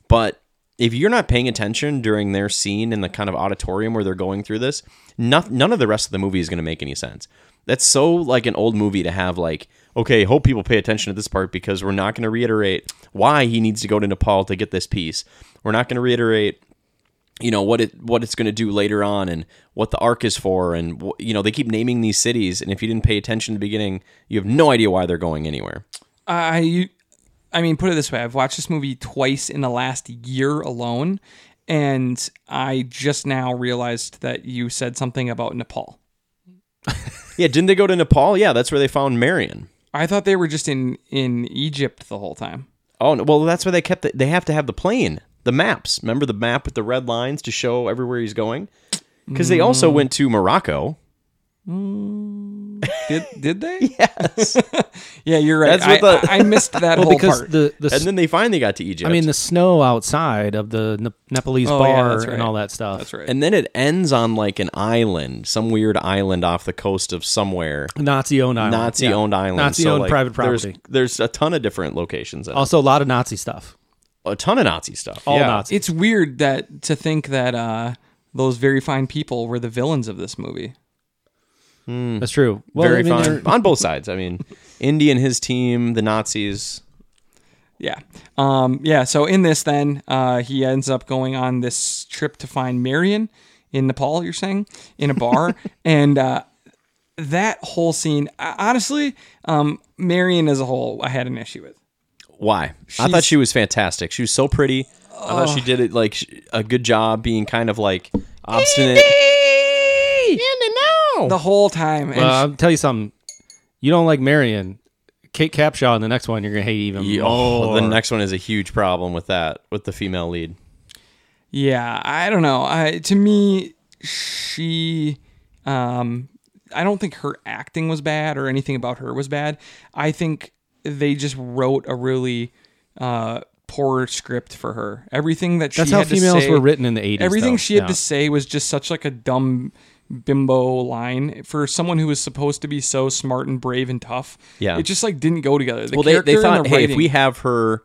[SPEAKER 3] but if you're not paying attention during their scene in the kind of auditorium where they're going through this, not, none of the rest of the movie is going to make any sense. That's so like an old movie to have like, okay, hope people pay attention to this part because we're not going to reiterate why he needs to go to Nepal to get this piece. We're not going to reiterate you know what it what it's going to do later on and what the arc is for and wh- you know they keep naming these cities and if you didn't pay attention in the beginning you have no idea why they're going anywhere
[SPEAKER 1] I I mean, put it this way, I've watched this movie twice in the last year alone, and I just now realized that you said something about Nepal.
[SPEAKER 3] yeah didn't they go to nepal yeah that's where they found marion
[SPEAKER 1] I thought they were just in in Egypt the whole time.
[SPEAKER 3] oh no, well that's where they kept the, they have to have the plane the maps remember the map with the red lines to show everywhere he's going because they also went to morocco
[SPEAKER 1] Did did they? yes. <laughs> yeah, you're right.
[SPEAKER 3] That's what
[SPEAKER 1] I,
[SPEAKER 3] the-
[SPEAKER 1] I, I missed that
[SPEAKER 2] Well,
[SPEAKER 1] whole
[SPEAKER 2] because
[SPEAKER 1] part.
[SPEAKER 2] the the
[SPEAKER 3] and then they finally got to egypt
[SPEAKER 2] I mean, the snow outside of the Ne- Nepalese
[SPEAKER 1] Oh, yeah,
[SPEAKER 2] bar
[SPEAKER 1] that's right.
[SPEAKER 2] and all that stuff.
[SPEAKER 1] That's right.
[SPEAKER 3] and then it ends on like an island some weird island off the coast of somewhere
[SPEAKER 2] Nazi owned island.
[SPEAKER 3] Nazi owned island.
[SPEAKER 2] Oh, Nazi
[SPEAKER 3] So,
[SPEAKER 2] owned
[SPEAKER 3] like,
[SPEAKER 2] private
[SPEAKER 3] there's-
[SPEAKER 2] property.
[SPEAKER 3] There's, a ton of different locations. in it.
[SPEAKER 2] Also, a lot of Nazi stuff.
[SPEAKER 3] a ton of Nazi stuff.
[SPEAKER 2] All
[SPEAKER 3] yeah.
[SPEAKER 2] Nazi.
[SPEAKER 1] it's weird that to think that uh, those very fine people were the villains of this movie.
[SPEAKER 2] That's true. Well,
[SPEAKER 3] Very
[SPEAKER 2] I mean, they're-
[SPEAKER 3] fun on both sides. I mean, Indy and his team, the Nazis.
[SPEAKER 1] Yeah. Um, yeah. So in this, then uh, he ends up going on this trip to find Marion in Nepal. You're saying in a bar, and uh, that whole scene. I- honestly, um, Marion as a whole, I had an issue with.
[SPEAKER 3] Why? I thought she was fantastic. She was so pretty. I thought she did it like sh- a good job being kind of like obstinate.
[SPEAKER 1] The whole time, and
[SPEAKER 2] well, Uh, I'll tell you something. You don't like Marion, Kate Capshaw in the next one, you're gonna hate even
[SPEAKER 3] Yeah, Oh,
[SPEAKER 2] more.
[SPEAKER 3] the next one is a huge problem with that with the female lead.
[SPEAKER 1] Yeah, I don't know. I to me, she, um, I don't think her acting was bad or anything about her was bad. I think they just wrote a really uh, poor script for her. Everything that she
[SPEAKER 2] That's how
[SPEAKER 1] had to
[SPEAKER 2] females
[SPEAKER 1] say-
[SPEAKER 2] were written in the 80s.
[SPEAKER 1] Everything
[SPEAKER 2] though.
[SPEAKER 1] she had
[SPEAKER 2] Yeah.
[SPEAKER 1] to say was just such like a dumb bimbo line for someone who was supposed to be so smart and brave and tough.
[SPEAKER 3] Yeah.
[SPEAKER 1] it just like didn't go together. The
[SPEAKER 3] Well, they, they
[SPEAKER 1] character and
[SPEAKER 3] thought,
[SPEAKER 1] the
[SPEAKER 3] hey, if
[SPEAKER 1] writing-
[SPEAKER 3] we have her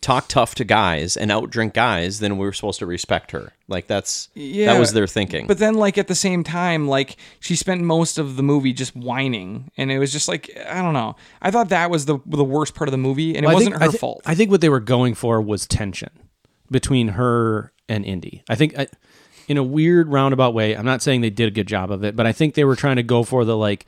[SPEAKER 3] talk tough to guys and outdrink guys, then we're supposed to respect her. Like that's
[SPEAKER 1] Yeah,
[SPEAKER 3] that was their thinking.
[SPEAKER 1] But then, like at the same time, like she spent most of the movie just whining, and it was just like I don't know. I thought that was the the worst part of the movie, and
[SPEAKER 2] Well,
[SPEAKER 1] it
[SPEAKER 2] I
[SPEAKER 1] wasn't
[SPEAKER 2] think-
[SPEAKER 1] her
[SPEAKER 2] I thi-
[SPEAKER 1] fault.
[SPEAKER 2] I think what they were going for was tension between her and Indy. I think, I, in a weird roundabout way, I'm not saying they did a good job of it, but I think they were trying to go for the like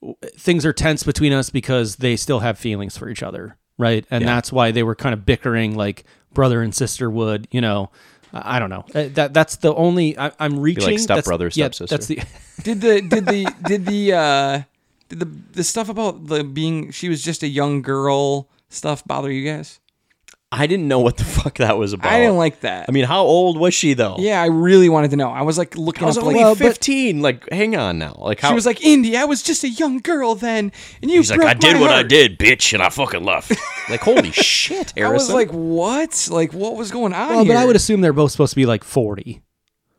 [SPEAKER 2] w- things are tense between us because they still have feelings for each other, right? And that's why they were kind of bickering like brother and sister would, you know. I I don't know. Uh, That that's the only I, I'm reaching. that's-
[SPEAKER 3] stepbrother,
[SPEAKER 2] yeah,
[SPEAKER 3] stepsister.
[SPEAKER 2] That's the
[SPEAKER 1] <laughs> did the did the did the uh, did the the stuff about the being she was just a young girl stuff bother you guys?
[SPEAKER 3] I didn't know what the <laughs> fuck that was about.
[SPEAKER 1] I didn't like that.
[SPEAKER 3] I mean, how old was she though?
[SPEAKER 1] yeah, I really wanted to know. I was like looking
[SPEAKER 3] I was
[SPEAKER 1] up
[SPEAKER 3] only
[SPEAKER 1] like.
[SPEAKER 2] Well, but-
[SPEAKER 3] fifteen. Like, hang on now. Like, how
[SPEAKER 1] she was like, Indy, I was just a young girl then, and you
[SPEAKER 3] He's
[SPEAKER 1] broke my heart."
[SPEAKER 3] did, bitch, and I fucking
[SPEAKER 1] <laughs>
[SPEAKER 3] left. like, holy shit,
[SPEAKER 1] I
[SPEAKER 3] Harrison.
[SPEAKER 1] was like, what? Like, what was going on
[SPEAKER 2] well,
[SPEAKER 1] here?
[SPEAKER 2] but I would assume they're both supposed to be like 40.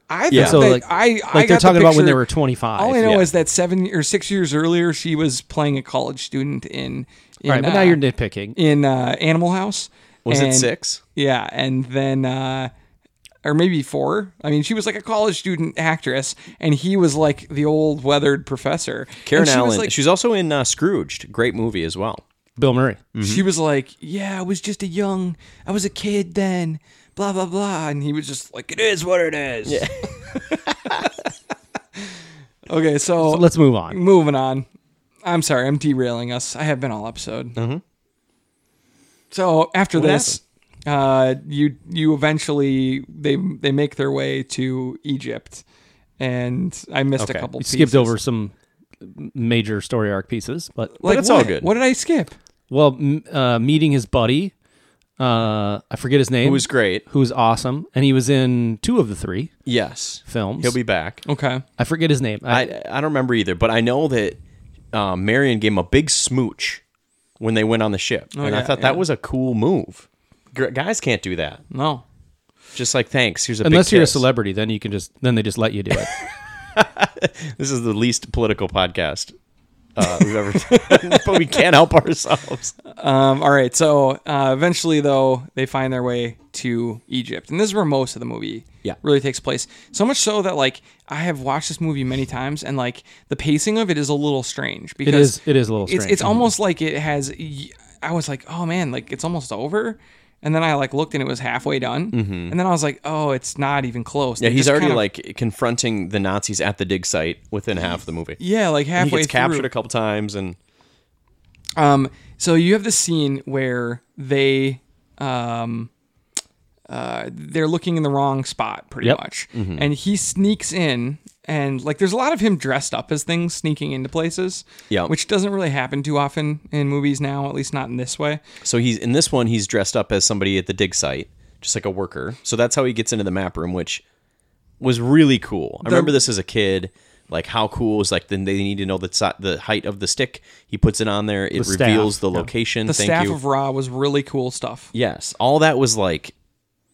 [SPEAKER 1] I
[SPEAKER 3] Yeah.
[SPEAKER 1] think
[SPEAKER 2] So
[SPEAKER 1] that
[SPEAKER 2] like,
[SPEAKER 1] I, I
[SPEAKER 2] like they're
[SPEAKER 1] got the
[SPEAKER 2] talking about when they
[SPEAKER 1] picture-
[SPEAKER 2] were 25.
[SPEAKER 1] All I know
[SPEAKER 3] yeah.
[SPEAKER 1] is that seven or six years earlier, she was playing a college student in. in
[SPEAKER 2] right, but now
[SPEAKER 1] uh,
[SPEAKER 2] you're nitpicking.
[SPEAKER 1] in uh, Animal House.
[SPEAKER 3] was it
[SPEAKER 1] and-
[SPEAKER 3] six?
[SPEAKER 1] Yeah, and then. Uh, or maybe four. I mean, she was like a college student actress, and he was like the old weathered professor.
[SPEAKER 3] Karen
[SPEAKER 1] and she
[SPEAKER 3] Allen.
[SPEAKER 1] Was like,
[SPEAKER 3] She's also in uh, Scrooged. Great movie as well.
[SPEAKER 2] Bill Murray.
[SPEAKER 1] She was like, "Yeah, I was just a young, I was a kid then." Blah blah blah, and he was just like, "It is what it is." Yeah. <laughs> okay,
[SPEAKER 2] <laughs>
[SPEAKER 1] so
[SPEAKER 2] Let's move on.
[SPEAKER 1] moving on. I'm sorry, I'm derailing us. I have been all episode. So after this, uh, you you eventually they they make their way to Egypt, and I missed
[SPEAKER 3] Okay.
[SPEAKER 1] a couple.
[SPEAKER 2] We
[SPEAKER 1] pieces.
[SPEAKER 2] skipped over some major story arc pieces, but
[SPEAKER 1] Like
[SPEAKER 3] it's all
[SPEAKER 1] what?
[SPEAKER 3] good.
[SPEAKER 1] What did I skip?
[SPEAKER 2] well, m- uh, meeting his buddy, uh, I forget his name,
[SPEAKER 3] It was great.
[SPEAKER 2] who's awesome, and he was in two of the three
[SPEAKER 3] Yes,
[SPEAKER 2] films.
[SPEAKER 3] he'll be back.
[SPEAKER 1] Okay.
[SPEAKER 2] I forget his name. I,
[SPEAKER 3] I I don't remember either, but I know that uh, Marion gave him a big smooch when they went on the ship, and I
[SPEAKER 1] yeah,
[SPEAKER 3] thought
[SPEAKER 1] yeah.
[SPEAKER 3] that was a cool move. Gr- guys can't do that.
[SPEAKER 1] No.
[SPEAKER 3] Just like thanks. Here's a
[SPEAKER 2] unless
[SPEAKER 3] big
[SPEAKER 2] you're a
[SPEAKER 3] kiss.
[SPEAKER 2] celebrity, then you can just then they just let you do it.
[SPEAKER 3] This is the least political podcast uh, we've ever done, <laughs> but we can't help ourselves.
[SPEAKER 1] Um, all right, so uh, eventually, though, they find their way to Egypt, and this is where most of the movie
[SPEAKER 3] Yeah.
[SPEAKER 1] really takes place. So much so that like I have watched this movie many times, and like the pacing of it is a little strange because
[SPEAKER 2] is- it is a little
[SPEAKER 1] It's,
[SPEAKER 2] strange.
[SPEAKER 1] it's almost like it has. I was like, oh man, like it's almost over. And then I like looked and it was halfway done. And then I was like, oh, it's not even close.
[SPEAKER 3] Mm-hmm. Yeah,
[SPEAKER 1] They
[SPEAKER 3] he's
[SPEAKER 1] just
[SPEAKER 3] already
[SPEAKER 1] kind of-
[SPEAKER 3] like confronting the Nazis at the dig site within half the movie.
[SPEAKER 1] yeah, like
[SPEAKER 3] he
[SPEAKER 1] halfway
[SPEAKER 3] gets captured
[SPEAKER 1] through.
[SPEAKER 3] a couple times, and
[SPEAKER 1] Um, so you have this scene where they, um, uh, they're looking in the wrong spot pretty
[SPEAKER 2] Yep.
[SPEAKER 1] much,
[SPEAKER 3] Mm-hmm.
[SPEAKER 1] and he sneaks in, and like there's a lot of him dressed up as things sneaking into places,
[SPEAKER 3] Yeah.
[SPEAKER 1] which doesn't really happen too often in movies now, at least not in this way.
[SPEAKER 3] so he's in this one. He's dressed up as somebody at the dig site, just like a worker. So that's how he gets into the map room, which was really cool. I remember this as a kid. Like how cool is like then they need to know the si- the height of the stick. He puts it on there. It
[SPEAKER 2] staff,
[SPEAKER 3] reveals the
[SPEAKER 2] yeah.
[SPEAKER 3] location.
[SPEAKER 1] The
[SPEAKER 3] Thank
[SPEAKER 1] staff
[SPEAKER 3] you.
[SPEAKER 1] of Ra was really cool stuff.
[SPEAKER 3] yes, all that was like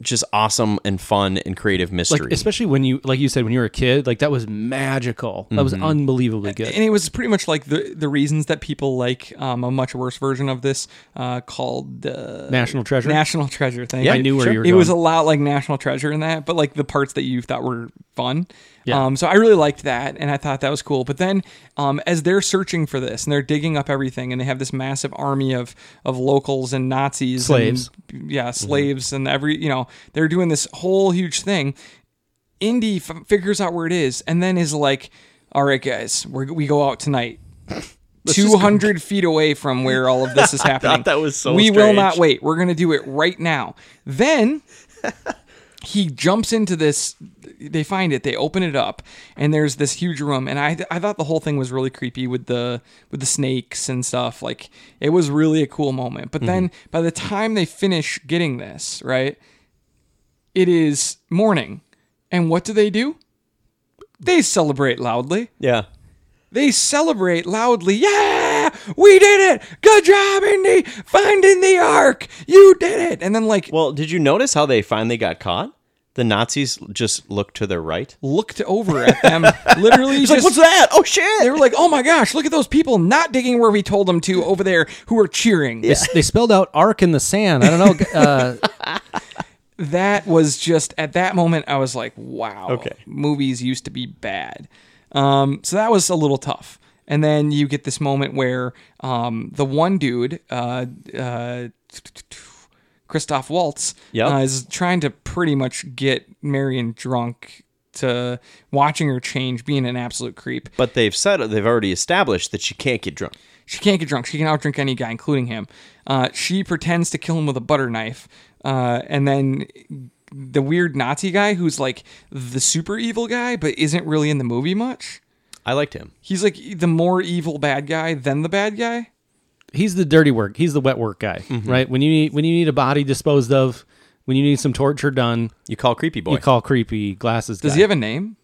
[SPEAKER 3] just awesome and fun and creative mystery.
[SPEAKER 2] Like especially when you like you said when you were a kid, like that was magical. That was unbelievably good.
[SPEAKER 1] and it was pretty much like the the reasons that people like um, a much worse version of this uh, called uh,
[SPEAKER 2] National Treasure.
[SPEAKER 1] National Treasure thing.
[SPEAKER 2] Yeah, I knew where
[SPEAKER 1] sure.
[SPEAKER 2] you were
[SPEAKER 1] It was a
[SPEAKER 2] going.
[SPEAKER 1] lot like National Treasure in that, but like the parts that you thought were fun.
[SPEAKER 2] Yeah.
[SPEAKER 1] Um, so I really liked that, and I thought that was cool. But then, um, as they're searching for this and they're digging up everything, and they have this massive army of of locals and Nazis,
[SPEAKER 2] Slaves.
[SPEAKER 1] and, yeah, slaves, and every you know they're doing this whole huge thing. Indy f- figures out where it is, and then is like, "All right, guys, we're, we go out
[SPEAKER 3] <laughs>
[SPEAKER 1] tonight." Two hundred feet away from where all of
[SPEAKER 3] <laughs>
[SPEAKER 1] this is happening.
[SPEAKER 3] that was so
[SPEAKER 1] We will not
[SPEAKER 3] strange.
[SPEAKER 1] wait. We're gonna do it right now.
[SPEAKER 3] <laughs>
[SPEAKER 1] Then he jumps into this. They find it. They open it up, and there's this huge room. And I, I thought the whole thing was really creepy with the with the snakes and stuff. Like it was really a cool moment. But
[SPEAKER 3] Mm-hmm.
[SPEAKER 1] then by the time they finish getting this right, it is morning, and what do they do? They celebrate loudly
[SPEAKER 3] yeah,
[SPEAKER 1] they celebrate loudly. Yeah, we did it. Good job, Indy, finding the ark. You did it. And then like
[SPEAKER 3] Well, did you notice how they finally got caught? The Nazis just looked to their right.
[SPEAKER 1] looked over at them, literally just.
[SPEAKER 3] that? Oh shit!
[SPEAKER 1] they were like, "Oh my gosh! Look at those people not digging where we told them to over there, who are cheering."
[SPEAKER 2] They s- They spelled out arc in the sand. I don't know. Uh,
[SPEAKER 1] That was just at that moment, I was like, "Wow,
[SPEAKER 3] Okay.
[SPEAKER 1] movies used to be bad." Um, so that was a little tough. And then you get this moment where um, the one dude, uh, uh, Christoph Waltz
[SPEAKER 3] Yep.
[SPEAKER 1] uh, is trying to pretty much get Marion drunk to watching her change, being an absolute creep.
[SPEAKER 3] But they've said they've already established that she can't get drunk.
[SPEAKER 1] She can't get drunk. She can outdrink any guy, including him. Uh, she pretends to kill him with a butter knife, uh, and then the weird Nazi guy who's like the super evil guy, but isn't really in the movie much.
[SPEAKER 3] I liked him.
[SPEAKER 1] He's like the more evil bad guy than the bad guy.
[SPEAKER 2] he's the dirty work. He's the wet work guy, right? When you need when you need a body disposed of, when you need some torture done,
[SPEAKER 3] You call creepy boy.
[SPEAKER 2] you call creepy glasses.
[SPEAKER 1] Does
[SPEAKER 2] guy.
[SPEAKER 1] he have a name?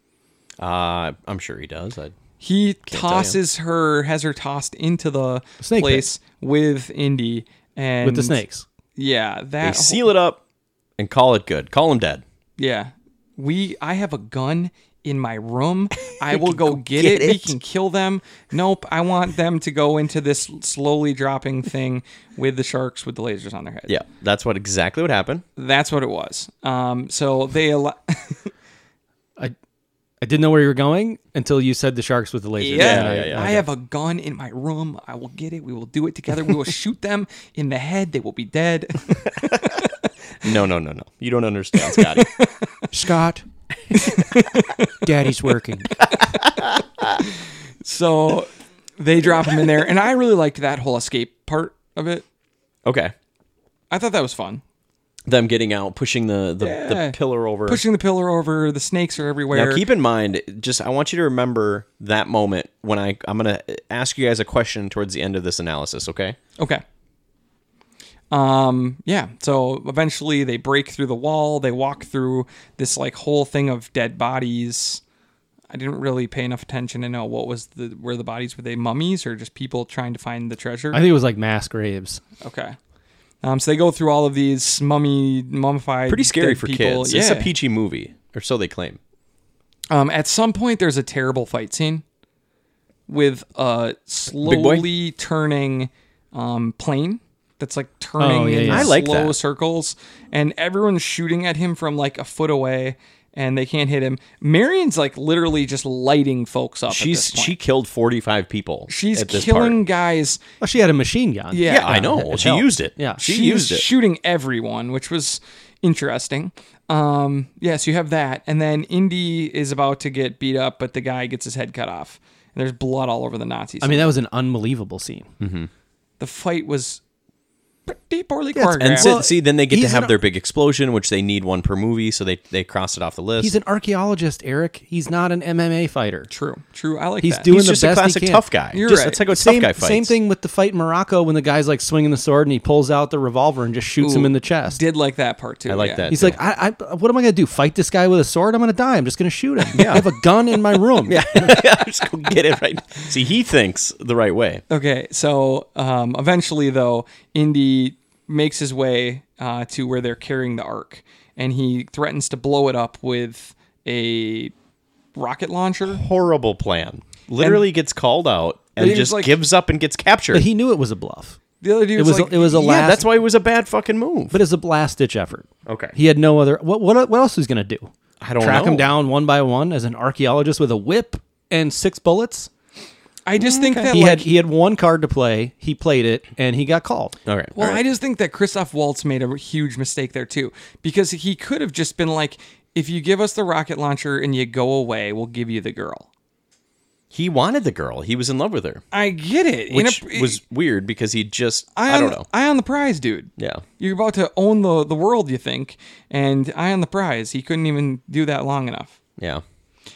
[SPEAKER 3] uh, I'm sure he does. I,
[SPEAKER 1] He
[SPEAKER 3] tell you.
[SPEAKER 1] tosses her, has her tossed into the
[SPEAKER 2] Snake pit.
[SPEAKER 1] place with Indy and
[SPEAKER 2] with the snakes?
[SPEAKER 1] Yeah,
[SPEAKER 3] they
[SPEAKER 1] that whole-
[SPEAKER 3] seal it up and call it good. Call him dead.
[SPEAKER 1] Yeah. We I have a gun in my <laughs> room. I will go get, it. We can kill them. Nope, I want them to go into this slowly dropping thing with the sharks with the lasers on their head.
[SPEAKER 3] Yeah, that's what exactly what happened.
[SPEAKER 1] That's what it was. Um so they al- <laughs>
[SPEAKER 2] I I didn't know where you were going until you said the sharks with the lasers.
[SPEAKER 1] Yeah.
[SPEAKER 2] And I-
[SPEAKER 3] yeah, yeah.
[SPEAKER 1] I have a gun in my room. I will get it. We will do it together. <laughs> We will shoot them in the head. They will be dead. <laughs>
[SPEAKER 3] No, no, no, no. You don't understand, <laughs> Scotty.
[SPEAKER 2] <laughs> Scott, Daddy's working.
[SPEAKER 1] So they drop him in there and I really liked that whole escape part of it.
[SPEAKER 3] okay,
[SPEAKER 1] I thought that was fun.
[SPEAKER 3] them getting out, pushing the the,
[SPEAKER 1] Yeah.
[SPEAKER 3] the pillar over.
[SPEAKER 1] Pushing the pillar over, the snakes are everywhere.
[SPEAKER 3] Now keep in mind, just I want you to remember that moment when I I'm gonna ask you guys a question towards the end of this analysis. Okay.
[SPEAKER 1] Okay. Um, yeah. So eventually they break through the wall. They walk through this like whole thing of dead bodies. I didn't really pay enough attention to know what was the where the bodies were they mummies or just people trying to find the treasure?
[SPEAKER 2] I think it was like mass graves.
[SPEAKER 1] okay. Um, so they go through all of these mummy mummified
[SPEAKER 3] Pretty scary
[SPEAKER 1] dead
[SPEAKER 3] for
[SPEAKER 1] people.
[SPEAKER 3] kids.
[SPEAKER 1] Yeah.
[SPEAKER 3] It's a peachy movie, or so they claim.
[SPEAKER 1] Um, at some point, there's a terrible fight scene with a
[SPEAKER 3] boy?
[SPEAKER 1] slowly turning um, plane that's like turning
[SPEAKER 2] Oh, yeah,
[SPEAKER 1] in
[SPEAKER 2] yeah.
[SPEAKER 3] I like
[SPEAKER 1] slow
[SPEAKER 3] that.
[SPEAKER 1] circles, and everyone's shooting at him from like a foot away. and they can't hit him. Marion's like literally just lighting folks up. at
[SPEAKER 3] She's
[SPEAKER 1] this point.
[SPEAKER 3] she killed 45 people.
[SPEAKER 1] she's
[SPEAKER 3] at this
[SPEAKER 1] killing
[SPEAKER 3] part.
[SPEAKER 1] guys.
[SPEAKER 2] Well, she had a machine gun.
[SPEAKER 1] Yeah,
[SPEAKER 3] Yeah, I know.
[SPEAKER 2] it
[SPEAKER 3] She
[SPEAKER 2] helped.
[SPEAKER 3] used it.
[SPEAKER 2] Yeah.
[SPEAKER 3] she
[SPEAKER 1] she's
[SPEAKER 3] used it.
[SPEAKER 1] shooting everyone, which was interesting. Um, yes, you have that, and then Indy is about to get beat up, but the guy gets his head cut off. And there's blood all over the Nazis.
[SPEAKER 2] I mean, that was an unbelievable scene.
[SPEAKER 1] the fight was pretty poorly
[SPEAKER 2] Yeah, it's-
[SPEAKER 1] choreographed.
[SPEAKER 3] And
[SPEAKER 2] Well,
[SPEAKER 3] so, see, then they get to
[SPEAKER 2] he's
[SPEAKER 3] have
[SPEAKER 2] an-
[SPEAKER 3] their big explosion, which they need one per movie, so they they cross it off the list.
[SPEAKER 2] He's an archaeologist, Eric. He's not an MMA fighter.
[SPEAKER 1] true, true. I like
[SPEAKER 2] He's
[SPEAKER 1] that.
[SPEAKER 2] doing the
[SPEAKER 3] just
[SPEAKER 2] best
[SPEAKER 3] a classic
[SPEAKER 2] he can.
[SPEAKER 3] tough guy.
[SPEAKER 1] You're
[SPEAKER 3] Just-
[SPEAKER 1] right.
[SPEAKER 3] That's like what
[SPEAKER 2] Same,
[SPEAKER 3] tough guy fights.
[SPEAKER 2] same thing with the fight in Morocco when the guy's like swinging the sword and he pulls out the revolver and just shoots him in the chest.
[SPEAKER 1] Did like that part too.
[SPEAKER 3] I like
[SPEAKER 1] yeah.
[SPEAKER 3] that.
[SPEAKER 2] He's like, I, I, what am I going to do? Fight this guy with a sword? I'm going to die. I'm just going to shoot him. I have a gun in my
[SPEAKER 3] <laughs>
[SPEAKER 2] room. yeah.
[SPEAKER 3] just go get it right. See, he thinks the right way.
[SPEAKER 1] Okay, so um, eventually, though, Indy makes his way uh, to where they're carrying the Ark, and he threatens to blow it up with a rocket launcher.
[SPEAKER 3] Horrible plan. Literally gets called out and
[SPEAKER 1] he was
[SPEAKER 3] just
[SPEAKER 1] like-
[SPEAKER 3] gives up and gets captured.
[SPEAKER 2] But he knew it was a bluff.
[SPEAKER 1] The other dude
[SPEAKER 2] It was,
[SPEAKER 1] like,
[SPEAKER 2] it was a
[SPEAKER 3] yeah,
[SPEAKER 2] last,
[SPEAKER 3] that's why it was a bad fucking move.
[SPEAKER 2] but it's a last ditch effort.
[SPEAKER 3] Okay.
[SPEAKER 2] He had no other. What what, what else was he going to do?
[SPEAKER 3] I don't
[SPEAKER 2] Track
[SPEAKER 3] know.
[SPEAKER 2] him down one by one as an archaeologist with a whip and six bullets.
[SPEAKER 1] I just think that
[SPEAKER 2] He
[SPEAKER 1] like,
[SPEAKER 2] had
[SPEAKER 3] e-
[SPEAKER 2] he had one card to play. He played it and he got called.
[SPEAKER 3] All right.
[SPEAKER 1] Well,
[SPEAKER 3] all right.
[SPEAKER 1] I just think that Christoph Waltz made a huge mistake there too, because he could have just been like, "If you give us the rocket launcher and you go away, we'll give you the girl."
[SPEAKER 3] he wanted the girl. He was in love with her,
[SPEAKER 1] I get it. In a-
[SPEAKER 3] which was weird because he just
[SPEAKER 1] eye
[SPEAKER 3] I,
[SPEAKER 1] on-
[SPEAKER 3] don't know.
[SPEAKER 1] Eye on the prize, dude.
[SPEAKER 3] Yeah.
[SPEAKER 1] You're about to own the the world, you think, and eye on the prize. He couldn't even do that long enough.
[SPEAKER 3] Yeah.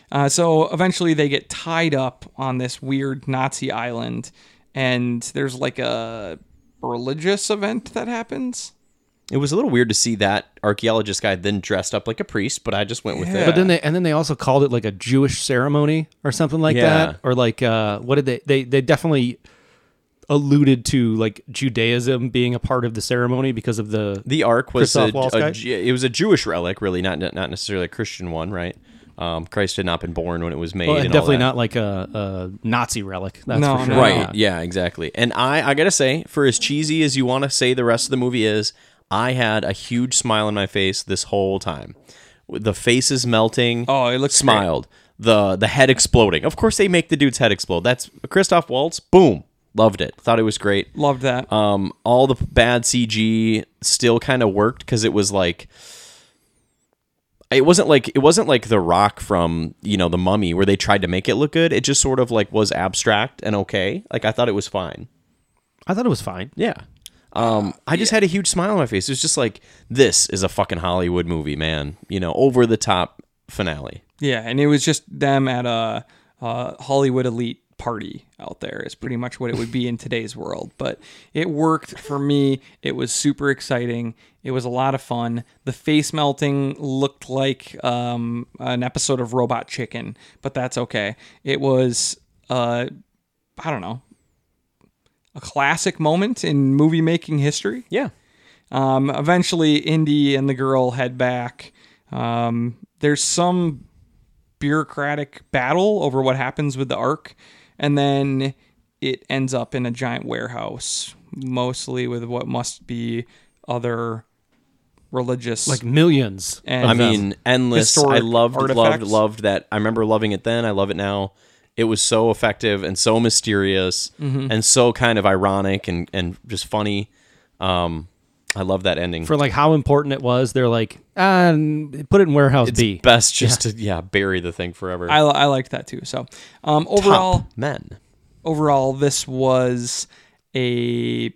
[SPEAKER 1] Uh, so eventually, they get tied up on this weird Nazi island, and there's like a religious event that happens.
[SPEAKER 3] It was a little weird to see that archaeologist guy then dressed up like a priest, but I just went with it.
[SPEAKER 2] But then they and then they also called it like a Jewish ceremony or something like
[SPEAKER 3] Yeah.
[SPEAKER 2] that. Or like uh, what did they they they definitely alluded to like Judaism being a part of the ceremony because of the
[SPEAKER 3] The Ark was a,
[SPEAKER 2] Christoph Waltz
[SPEAKER 3] a
[SPEAKER 2] guy?
[SPEAKER 3] Ju- it was a Jewish relic, really, not not necessarily a Christian one, right? Um, Christ had not been born when it was made.
[SPEAKER 2] well, and
[SPEAKER 3] and all
[SPEAKER 2] definitely
[SPEAKER 3] that.
[SPEAKER 2] not like a, a Nazi relic. That's
[SPEAKER 1] No,
[SPEAKER 2] for sure.
[SPEAKER 1] no.
[SPEAKER 3] Right? Yeah, exactly. And I, I gotta say, for as cheesy as you want to say the rest of the movie is, I had a huge smile on my face this whole time. With The faces melting.
[SPEAKER 1] Oh, it looks great.
[SPEAKER 3] smiled. The the head exploding. Of course, they make the dude's head explode. That's Christoph Waltz. Boom, loved it. Thought it was great.
[SPEAKER 1] Loved that.
[SPEAKER 3] Um, all the bad CG still kind of worked because it was like it wasn't like it wasn't like the rock from you know the mummy where they tried to make it look good. It just sort of like was abstract and okay. Like I thought it was fine.
[SPEAKER 2] I thought it was fine.
[SPEAKER 3] Yeah. Um, I just had a huge smile on my face. It was just like this is a fucking Hollywood movie, man. You know, over the top finale.
[SPEAKER 1] Yeah, and it was just them at a, a Hollywood elite party out there is pretty much what it would be in today's world. But it worked for me. It was super exciting. It was a lot of fun. The face melting looked like um, an episode of Robot Chicken, but that's okay. It was, uh, I don't know, a classic moment in movie making history.
[SPEAKER 3] Yeah.
[SPEAKER 1] Um, eventually, Indy and the girl head back. Um, there's some bureaucratic battle over what happens with the Ark, and then it ends up in a giant warehouse, mostly with what must be other religious.
[SPEAKER 2] Like millions.
[SPEAKER 1] and
[SPEAKER 3] I mean, endless. I
[SPEAKER 1] historic
[SPEAKER 3] loved, loved,
[SPEAKER 1] artifacts.
[SPEAKER 3] loved that. I remember loving it then. I love it now. It was so effective and so mysterious and so kind of ironic and, and just funny. Um, I love that ending.
[SPEAKER 2] for like how important it was, they're like, ah, n- put it in warehouse B.
[SPEAKER 3] Best just to yeah bury the thing forever.
[SPEAKER 1] I, I liked that too. So um, overall,
[SPEAKER 3] Top men.
[SPEAKER 1] overall, this was a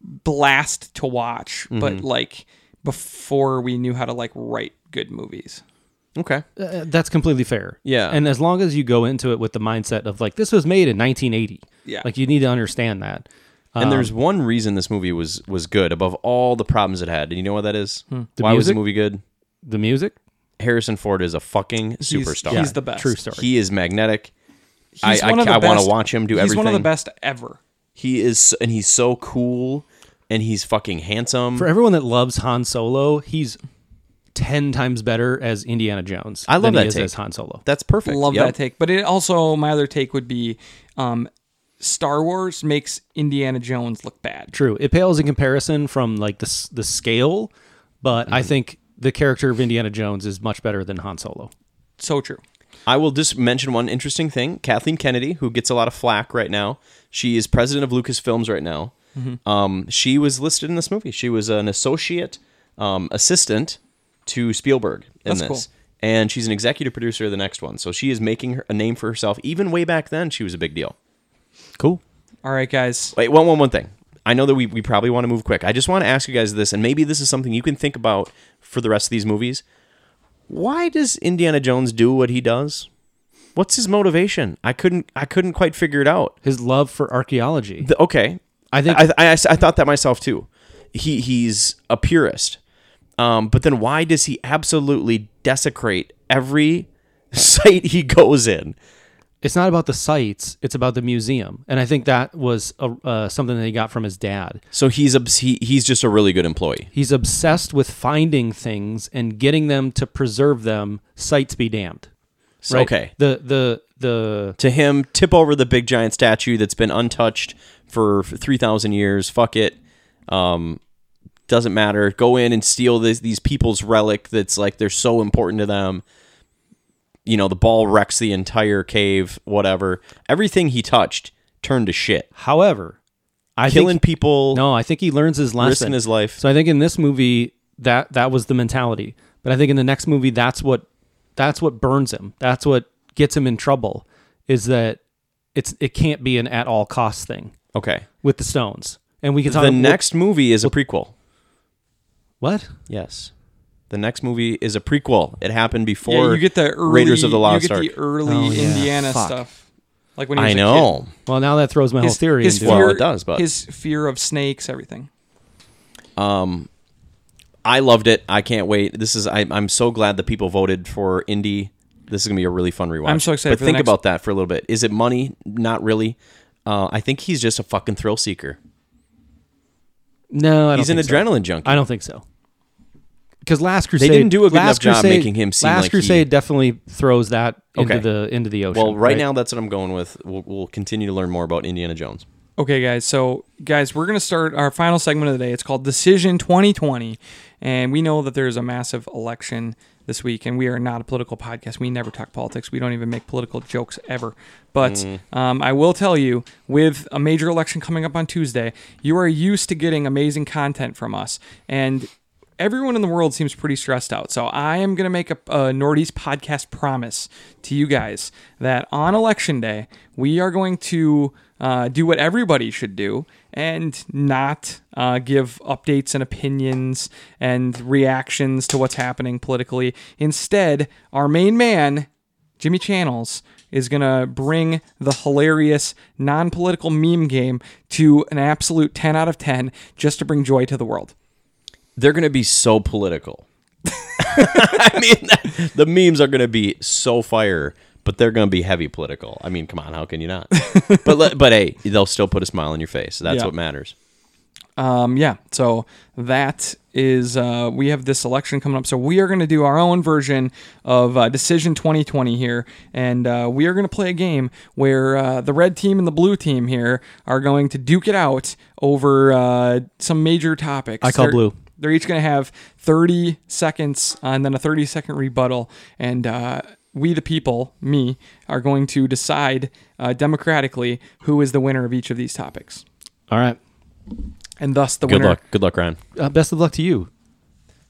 [SPEAKER 1] blast to watch, but
[SPEAKER 3] Mm-hmm.
[SPEAKER 1] like before we knew how to like write good movies.
[SPEAKER 3] Okay.
[SPEAKER 2] Uh, that's completely fair.
[SPEAKER 3] Yeah.
[SPEAKER 2] And as long as you go into it with the mindset of like, this was made in 1980.
[SPEAKER 1] Yeah.
[SPEAKER 2] Like you need to understand that.
[SPEAKER 3] And there's one reason this movie was was good above all the problems it had. And you know what that is? Why was the
[SPEAKER 2] music?
[SPEAKER 3] movie good?
[SPEAKER 2] The music,
[SPEAKER 3] Harrison Ford is a fucking
[SPEAKER 1] He's-
[SPEAKER 3] superstar.
[SPEAKER 1] He's the best.
[SPEAKER 2] true story.
[SPEAKER 3] He is magnetic. I,
[SPEAKER 1] He's
[SPEAKER 3] I,
[SPEAKER 1] one of the
[SPEAKER 3] I want to
[SPEAKER 1] best-
[SPEAKER 3] watch him do
[SPEAKER 1] He's
[SPEAKER 3] everything.
[SPEAKER 1] one of the best ever.
[SPEAKER 3] He is, and he's so cool, and he's fucking handsome.
[SPEAKER 2] For everyone that loves Han Solo, he's 10 times better as Indiana Jones.
[SPEAKER 3] I love
[SPEAKER 2] than
[SPEAKER 3] that
[SPEAKER 2] he is
[SPEAKER 3] take.
[SPEAKER 2] as Han Solo.
[SPEAKER 3] That's perfect.
[SPEAKER 1] Love
[SPEAKER 3] Yep.
[SPEAKER 1] that take. But it also my other take would be um Star Wars makes Indiana Jones look bad.
[SPEAKER 3] Mm-hmm.
[SPEAKER 2] True. It pales in comparison from like the s- the scale, but I think the character of Indiana Jones is much better than Han Solo.
[SPEAKER 1] So true.
[SPEAKER 3] I will just mention one interesting thing. Kathleen Kennedy, who gets a lot of flack right now, she is president of Lucasfilms right now.
[SPEAKER 1] Mm-hmm.
[SPEAKER 3] Um, she was listed in this movie. She was an associate um, assistant to Spielberg in
[SPEAKER 1] That's
[SPEAKER 3] this.
[SPEAKER 1] cool.
[SPEAKER 3] And she's an executive producer of the next one. So she is making her, a name for herself. Even way back then, she was a big deal.
[SPEAKER 2] Cool.
[SPEAKER 1] All right, guys.
[SPEAKER 3] Wait, one, one, one thing. I know that we, we probably want to move quick. I just want to ask you guys this, and maybe this is something you can think about for the rest of these movies. Why does Indiana Jones do what he does? What's his motivation? I couldn't I couldn't quite figure it out.
[SPEAKER 2] His love for archaeology.
[SPEAKER 3] The- okay,
[SPEAKER 2] I think-
[SPEAKER 3] I, I, I thought that myself too. He he's a purist, um, but then why does he absolutely desecrate every <laughs> site he goes in?
[SPEAKER 2] it's not about the sites; it's about the museum, and I think that was a, uh, something that he got from his dad.
[SPEAKER 3] So he's obs- he, he's just a really good employee.
[SPEAKER 2] He's obsessed with finding things and getting them to preserve them. Sites be damned.
[SPEAKER 3] So- Okay,
[SPEAKER 2] The the the
[SPEAKER 3] to him tip over the big giant statue that's been untouched for 3000 years fuck it um doesn't matter go in and steal this, these people's relic that's like they're so important to them you know the ball wrecks the entire cave whatever everything he touched turned to shit
[SPEAKER 2] however, I
[SPEAKER 3] killing
[SPEAKER 2] think,
[SPEAKER 3] people
[SPEAKER 2] No, I think he learns his lesson.
[SPEAKER 3] risking his life
[SPEAKER 2] So I think in this movie that that was the mentality. But I think in the next movie that's what that's what burns him. That's what gets him in trouble is that it's it can't be an at all cost thing
[SPEAKER 3] okay
[SPEAKER 2] with the stones. And we can talk
[SPEAKER 3] the next movie is a prequel
[SPEAKER 2] what?
[SPEAKER 3] yes the next movie is a prequel it happened before
[SPEAKER 1] Yeah, you get the early,
[SPEAKER 3] raiders of the
[SPEAKER 1] you
[SPEAKER 3] lost
[SPEAKER 1] get
[SPEAKER 3] ark
[SPEAKER 1] the early
[SPEAKER 2] Oh, yeah.
[SPEAKER 1] Indiana
[SPEAKER 2] Fuck.
[SPEAKER 1] stuff. Like when he was
[SPEAKER 3] i
[SPEAKER 1] a kid.
[SPEAKER 3] know
[SPEAKER 2] Well, now that throws my whole theory into
[SPEAKER 3] Well, it does, but-
[SPEAKER 1] his fear of snakes, everything.
[SPEAKER 3] I loved it. I can't wait. This is I, I'm so glad the people voted for indie. This is gonna be a really fun rewatch.
[SPEAKER 1] I'm so excited
[SPEAKER 3] But
[SPEAKER 1] for the
[SPEAKER 3] think
[SPEAKER 1] next-
[SPEAKER 3] about that for a little bit. Is it money? Not really. Uh, I think he's just a fucking thrill seeker.
[SPEAKER 2] No, I don't
[SPEAKER 3] He's an
[SPEAKER 2] think so.
[SPEAKER 3] adrenaline junkie.
[SPEAKER 2] I don't think so. Because Last Crusade
[SPEAKER 3] didn't do a good
[SPEAKER 2] Last
[SPEAKER 3] enough job
[SPEAKER 2] Crusade-
[SPEAKER 3] making him seem
[SPEAKER 2] Last
[SPEAKER 3] like he-
[SPEAKER 2] Crusade definitely throws that into
[SPEAKER 3] Okay.
[SPEAKER 2] the into the ocean.
[SPEAKER 3] well, right, now that's what I'm going with. We'll, we'll continue to learn more about Indiana Jones.
[SPEAKER 1] Okay, guys. So, guys, we're going to start our final segment of the day. It's called Decision 2020. And we know that there's a massive election this week, and we are not a political podcast. We never talk politics. We don't even make political jokes ever. But
[SPEAKER 3] Mm-hmm.
[SPEAKER 1] um, I will tell you, with a major election coming up on Tuesday, you are used to getting amazing content from us. And everyone in the world seems pretty stressed out. So I am going to make a, a Nordy's podcast promise to you guys that on election day, we are going to uh, do what everybody should do and not uh, give updates and opinions and reactions to what's happening politically. Instead, our main man, Jimmy Channels is going to bring the hilarious non political meme game to an absolute 10 out of 10 just to bring joy to the world.
[SPEAKER 3] They're gonna be
[SPEAKER 1] <laughs>
[SPEAKER 3] so political. I mean, that, the memes are gonna be so fire, but they're gonna be heavy political. I mean, come on, how can
[SPEAKER 1] <laughs>
[SPEAKER 3] you not? but let, but hey, they'll still put a smile on your face. That's
[SPEAKER 1] Yeah.
[SPEAKER 3] what matters.
[SPEAKER 1] um, yeah, so that is uh, we have this election coming up, so we are going to do our own version of uh, Decision 2020 here, and uh, we are going to play a game where uh, the red team and the blue team here are going to duke it out over uh, some major topics.
[SPEAKER 2] I call
[SPEAKER 1] They're-
[SPEAKER 2] blue.
[SPEAKER 1] They're each going to have 30 seconds uh, and then a 30 second rebuttal. And uh, we, the people, me, are going to decide uh, democratically who is the winner of each of these topics.
[SPEAKER 2] All right.
[SPEAKER 1] And thus the
[SPEAKER 3] Good
[SPEAKER 1] winner.
[SPEAKER 3] luck. Good luck, Ryan.
[SPEAKER 2] Uh, best of luck to you.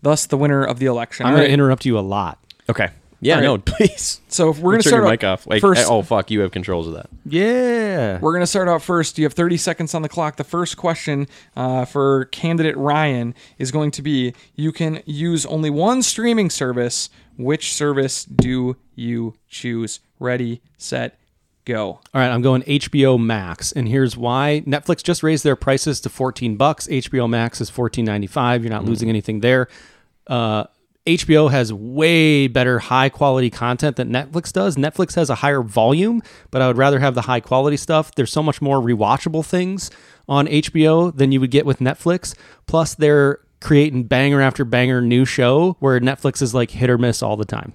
[SPEAKER 1] thus the winner of the election.
[SPEAKER 2] I'm
[SPEAKER 1] All
[SPEAKER 2] going
[SPEAKER 1] right,
[SPEAKER 2] to interrupt you a lot.
[SPEAKER 3] Okay. Yeah.
[SPEAKER 1] All
[SPEAKER 3] No. <laughs> Please.
[SPEAKER 1] so if we're
[SPEAKER 3] Turn
[SPEAKER 1] gonna start
[SPEAKER 3] your
[SPEAKER 1] out
[SPEAKER 3] mic off. Like,
[SPEAKER 1] first.
[SPEAKER 3] oh fuck, you have controls of that.
[SPEAKER 2] Yeah.
[SPEAKER 1] We're gonna start out first. You have 30 seconds on the clock. The first question uh, for candidate Ryan is going to be: You can use only one streaming service. Which service do you choose? Ready, set, go.
[SPEAKER 2] All right, I'm going HBO Max, and here's why. Netflix just raised their prices to 14 bucks. HBO Max is 14.95. You're not losing anything there. Uh, HBO has way better high quality content than Netflix does. Netflix has a higher volume, but I would rather have the high quality stuff. There's so much more rewatchable things on HBO than you would get with Netflix. Plus, they're creating banger after banger new show where Netflix is like hit or miss all the time.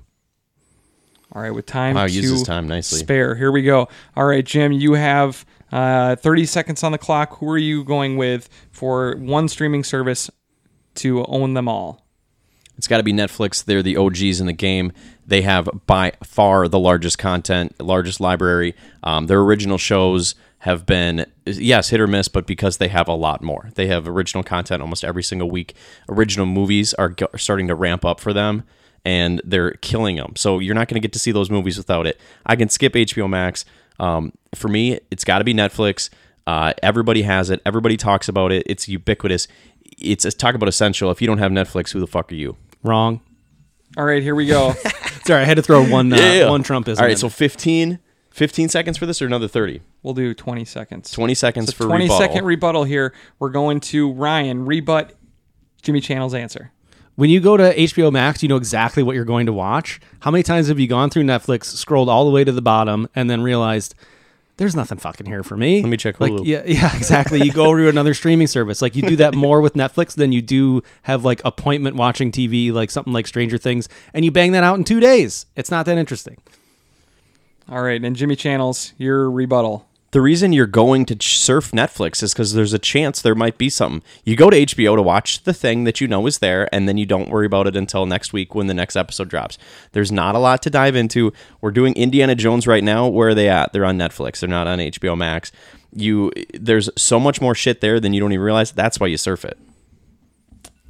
[SPEAKER 1] All right, with time.
[SPEAKER 3] Wow,
[SPEAKER 1] to
[SPEAKER 3] use this time nicely.
[SPEAKER 1] Spare. Here we go. All right, Jim, you have uh, 30 seconds on the clock. Who are you going with for one streaming service to own them all?
[SPEAKER 3] It's got to be Netflix. They're the OGs in the game. They have by far the largest content, largest library. Um, their original shows have been yes hit or miss but because they have a lot more they have original content almost every single week original movies are, go- are starting to ramp up for them and they're killing them so you're not going to get to see those movies without it i can skip hbo max um, for me it's got to be netflix uh, everybody has it everybody talks about it it's ubiquitous it's talk about essential if you don't have netflix who the fuck are you
[SPEAKER 2] Wrong.
[SPEAKER 1] All right, here we
[SPEAKER 3] <laughs>
[SPEAKER 1] go.
[SPEAKER 2] Sorry, I had to throw one uh, one Trumpism.
[SPEAKER 3] all right
[SPEAKER 2] in.
[SPEAKER 3] so 15 15 seconds for this or another 30
[SPEAKER 1] We'll do 20 seconds.
[SPEAKER 3] 20 seconds for
[SPEAKER 1] Twenty second rebuttal
[SPEAKER 3] rebuttal.
[SPEAKER 1] here. We're going to Ryan rebut Jimmy Channel's answer.
[SPEAKER 2] when you go to HBO Max, you know exactly what you're going to watch. How many times have you gone through Netflix, scrolled all the way to the bottom, and then realized there's nothing fucking here for me? Let
[SPEAKER 3] me check
[SPEAKER 2] Like,
[SPEAKER 3] Hulu.
[SPEAKER 2] yeah, yeah, <laughs> exactly. You go to another streaming service. Like you do that more with Netflix than you do have like appointment watching TV, like something like Stranger Things, and you bang that out in two days. It's not that interesting.
[SPEAKER 1] All right, and Jimmy Channel's your rebuttal.
[SPEAKER 3] the reason you're going to ch- surf Netflix is because there's a chance there might be something. You go to HBO to watch the thing that you know is there, and then you don't worry about it until next week when the next episode drops. There's not a lot to dive into. We're doing Indiana Jones right now. Where are they at? They're on Netflix. They're not on HBO Max. You there's so much more shit there than you don't even realize. That's why you surf it.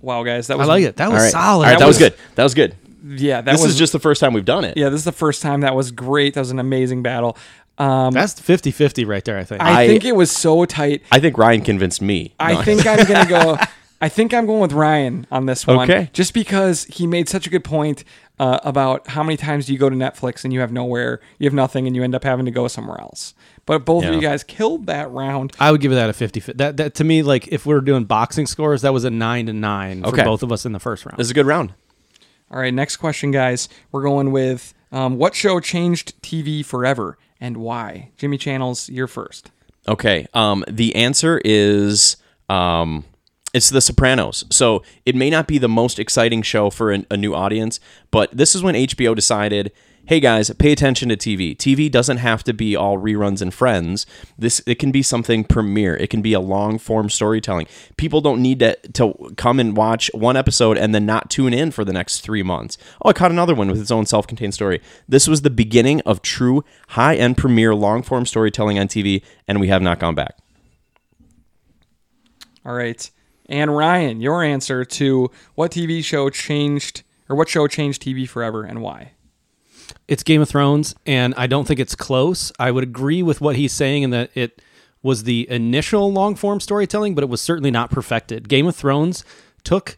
[SPEAKER 1] Wow, guys, that
[SPEAKER 2] I
[SPEAKER 1] was
[SPEAKER 2] like it. That was
[SPEAKER 3] All right,
[SPEAKER 2] solid.
[SPEAKER 3] All right, that, was, good. That was good.
[SPEAKER 1] Yeah, that
[SPEAKER 3] This
[SPEAKER 1] was
[SPEAKER 3] is just the first time we've done it.
[SPEAKER 1] yeah. This is the first time that was great. That was an amazing battle. Um,
[SPEAKER 2] That's 50-50 right there, I think.
[SPEAKER 1] I,
[SPEAKER 3] I-
[SPEAKER 1] think it was so tight.
[SPEAKER 3] I think Ryan convinced me.
[SPEAKER 1] I
[SPEAKER 3] No.
[SPEAKER 1] think I'm gonna
[SPEAKER 3] <laughs>
[SPEAKER 1] go. I think I'm going with Ryan on this one.
[SPEAKER 3] Okay.
[SPEAKER 1] Just because he made such a good point uh, about how many times do you go to Netflix and you have nowhere, you have nothing, and you end up having to go somewhere else. But both of
[SPEAKER 3] Yeah.
[SPEAKER 1] you guys killed that round.
[SPEAKER 2] I would give that a 50. That, that to me, like if we're doing boxing scores, that was a nine to nine for
[SPEAKER 3] Okay.
[SPEAKER 2] both of us in the first round.
[SPEAKER 3] this is a good round.
[SPEAKER 1] All right, next question, guys. We're going with um, what show changed TV forever and why? Jimmy Channels, you're first.
[SPEAKER 3] Okay. Um, the answer is um, it's The Sopranos. So it may not be the most exciting show for an, a new audience, but this is when HBO decided. Hey guys, pay attention to TV. TV doesn't have to be all reruns and friends. This it can be something premiere. It can be a long form storytelling. People don't need to to come and watch one episode and then not tune in for the next 3 months. Oh, I caught another one with its own self-contained story. This was the beginning of true high-end premiere long-form storytelling on TV and we have not gone back.
[SPEAKER 1] All right. And Ryan, your answer to what TV show changed or what show changed TV forever and why?
[SPEAKER 2] it's Game of Thrones, and I don't think it's close. I would agree with what he's saying in that it was the initial long form storytelling, but it was certainly not perfected. Game of Thrones took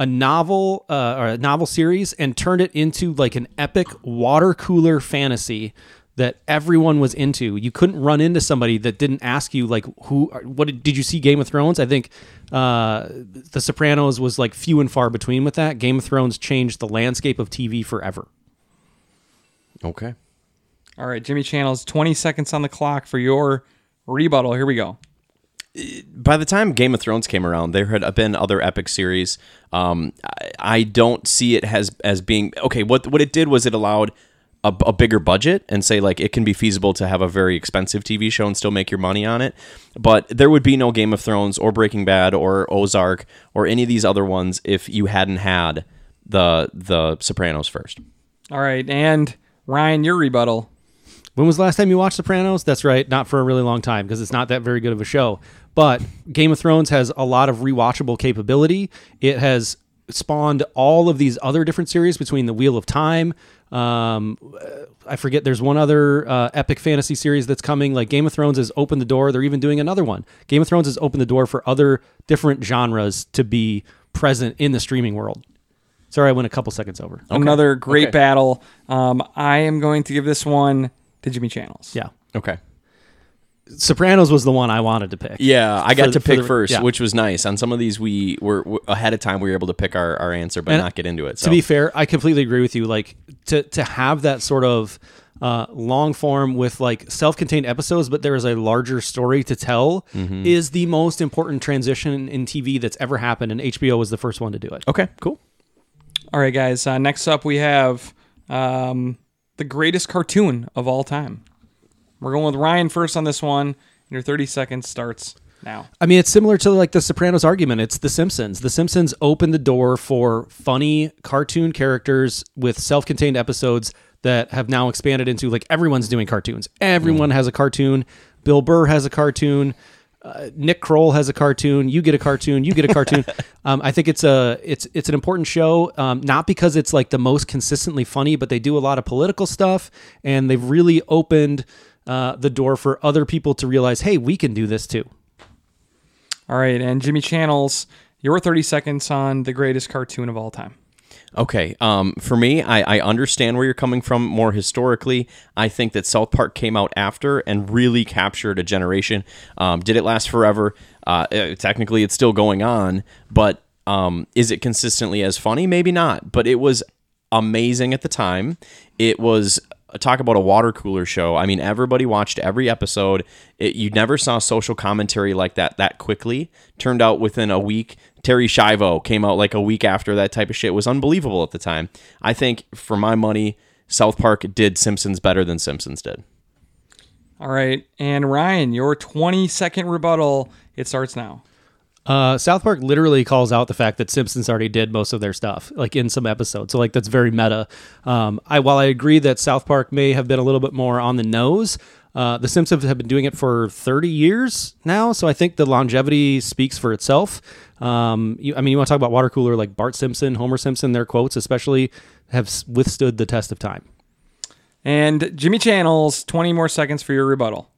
[SPEAKER 2] a novel uh, or a novel series and turned it into like an epic water cooler fantasy that everyone was into. You couldn't run into somebody that didn't ask you like who what did, did you see Game of Thrones? I think uh, The Sopranos was like few and far between with that. Game of Thrones changed the landscape of TV forever.
[SPEAKER 3] Okay.
[SPEAKER 1] All right, Jimmy Channels, 20 seconds on the clock for your rebuttal. Here we go.
[SPEAKER 3] by the time Game of Thrones came around, there had been other epic series. Um, I, I don't see it as as being okay. What what it did was it allowed a, a bigger budget and say like it can be feasible to have a very expensive TV show and still make your money on it. But there would be no Game of Thrones or Breaking Bad or Ozark or any of these other ones if you hadn't had the the Sopranos first.
[SPEAKER 1] All right. And Ryan, your rebuttal.
[SPEAKER 2] When was the last time you watched Sopranos? That's right, not for a really long time because it's not that very good of a show. But Game of Thrones has a lot of rewatchable capability. It has spawned all of these other different series between The Wheel of Time. Um, uh, I forget. There's one other uh, epic fantasy series that's coming. Like Game of Thrones has opened the door. They're even doing another one. Game of Thrones has opened the door for other different genres to be present in the streaming world. Sorry, I went a couple seconds over.
[SPEAKER 1] Another great
[SPEAKER 3] Okay.
[SPEAKER 1] battle. Um, I am going to give this one to Jimmy Channels.
[SPEAKER 2] Yeah,
[SPEAKER 3] Okay.
[SPEAKER 2] Sopranos was the one I wanted to pick.
[SPEAKER 3] Yeah, I got
[SPEAKER 2] For the-
[SPEAKER 3] to
[SPEAKER 2] for
[SPEAKER 3] pick
[SPEAKER 2] the-
[SPEAKER 3] first,
[SPEAKER 2] yeah.
[SPEAKER 3] which was nice. On some of these, we were, were- ahead of time. We were able to pick our, our answer, but
[SPEAKER 2] And
[SPEAKER 3] not get into it. So.
[SPEAKER 2] to be fair, I completely agree with you. Like to to have that sort of uh, long form with like self-contained episodes, but there is a larger story to tell
[SPEAKER 3] Mm-hmm.
[SPEAKER 2] is the most important transition in TV that's ever happened, and HBO was the first one to do it.
[SPEAKER 3] okay, cool.
[SPEAKER 1] All right, guys. Uh, next up, we have um, the greatest cartoon of all time. We're going with Ryan first on this one. Your 30 seconds starts now.
[SPEAKER 2] I mean, it's similar to like the Sopranos argument. It's The Simpsons. The Simpsons opened the door for funny cartoon characters with self contained episodes that have now expanded into like everyone's doing cartoons. Everyone has a cartoon. Bill Burr has a cartoon. Uh, Nick Kroll has a cartoon. You get a cartoon. You get a cartoon. um, I think it's a it's it's an important show, um, not because it's like the most consistently funny, but they do a lot of political stuff, and they've really opened uh, the door for other people to realize, hey, we can do this too.
[SPEAKER 1] All right, and Jimmy Channels, your 30 seconds on the greatest cartoon of all time.
[SPEAKER 3] Okay. Um, for me, I, I understand where you're coming from more historically. I think that South Park came out after and really captured a generation. Um, did it last forever? Uh, eh, technically, it's still going on, but um, is it consistently as funny? Maybe not. But it was amazing at the time. It was talk about a water cooler show. I mean, everybody watched every episode. It, you never saw social commentary like that that quickly. Turned out within a week. Terry Shivo came out like a week after that type of shit It was unbelievable at the time. I think for my money, South Park did Simpsons better than Simpsons did.
[SPEAKER 1] All right, and Ryan, your 20 second rebuttal. It starts now.
[SPEAKER 2] Uh, South Park literally calls out the fact that Simpsons already did most of their stuff, like in some episodes. So, like, that's very meta. Um, I while I agree that South Park may have been a little bit more on the nose, uh, the Simpsons have been doing it for 30 years now. So, I think the longevity speaks for itself. Um, you, I mean, you want to talk about water cooler like Bart Simpson, Homer Simpson, their quotes especially have s- withstood the test of time.
[SPEAKER 1] And Jimmy Channels, 20 more seconds for your rebuttal.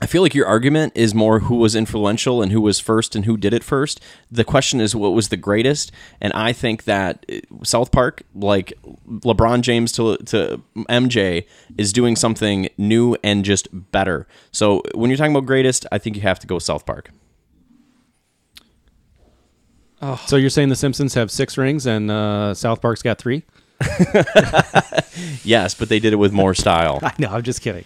[SPEAKER 3] I feel like your argument is more who was influential and who was first and who did it first. The question is what was the greatest, and I think that eh, South Park, like LeBron James to to MJ, is doing something new and just better. So when you're talking about greatest, I think you have to go South Park.
[SPEAKER 2] So, you're saying the Simpsons have six rings and uh, South Park's got three?
[SPEAKER 3] Yes, but they did it with more style.
[SPEAKER 2] I know. I'm just kidding.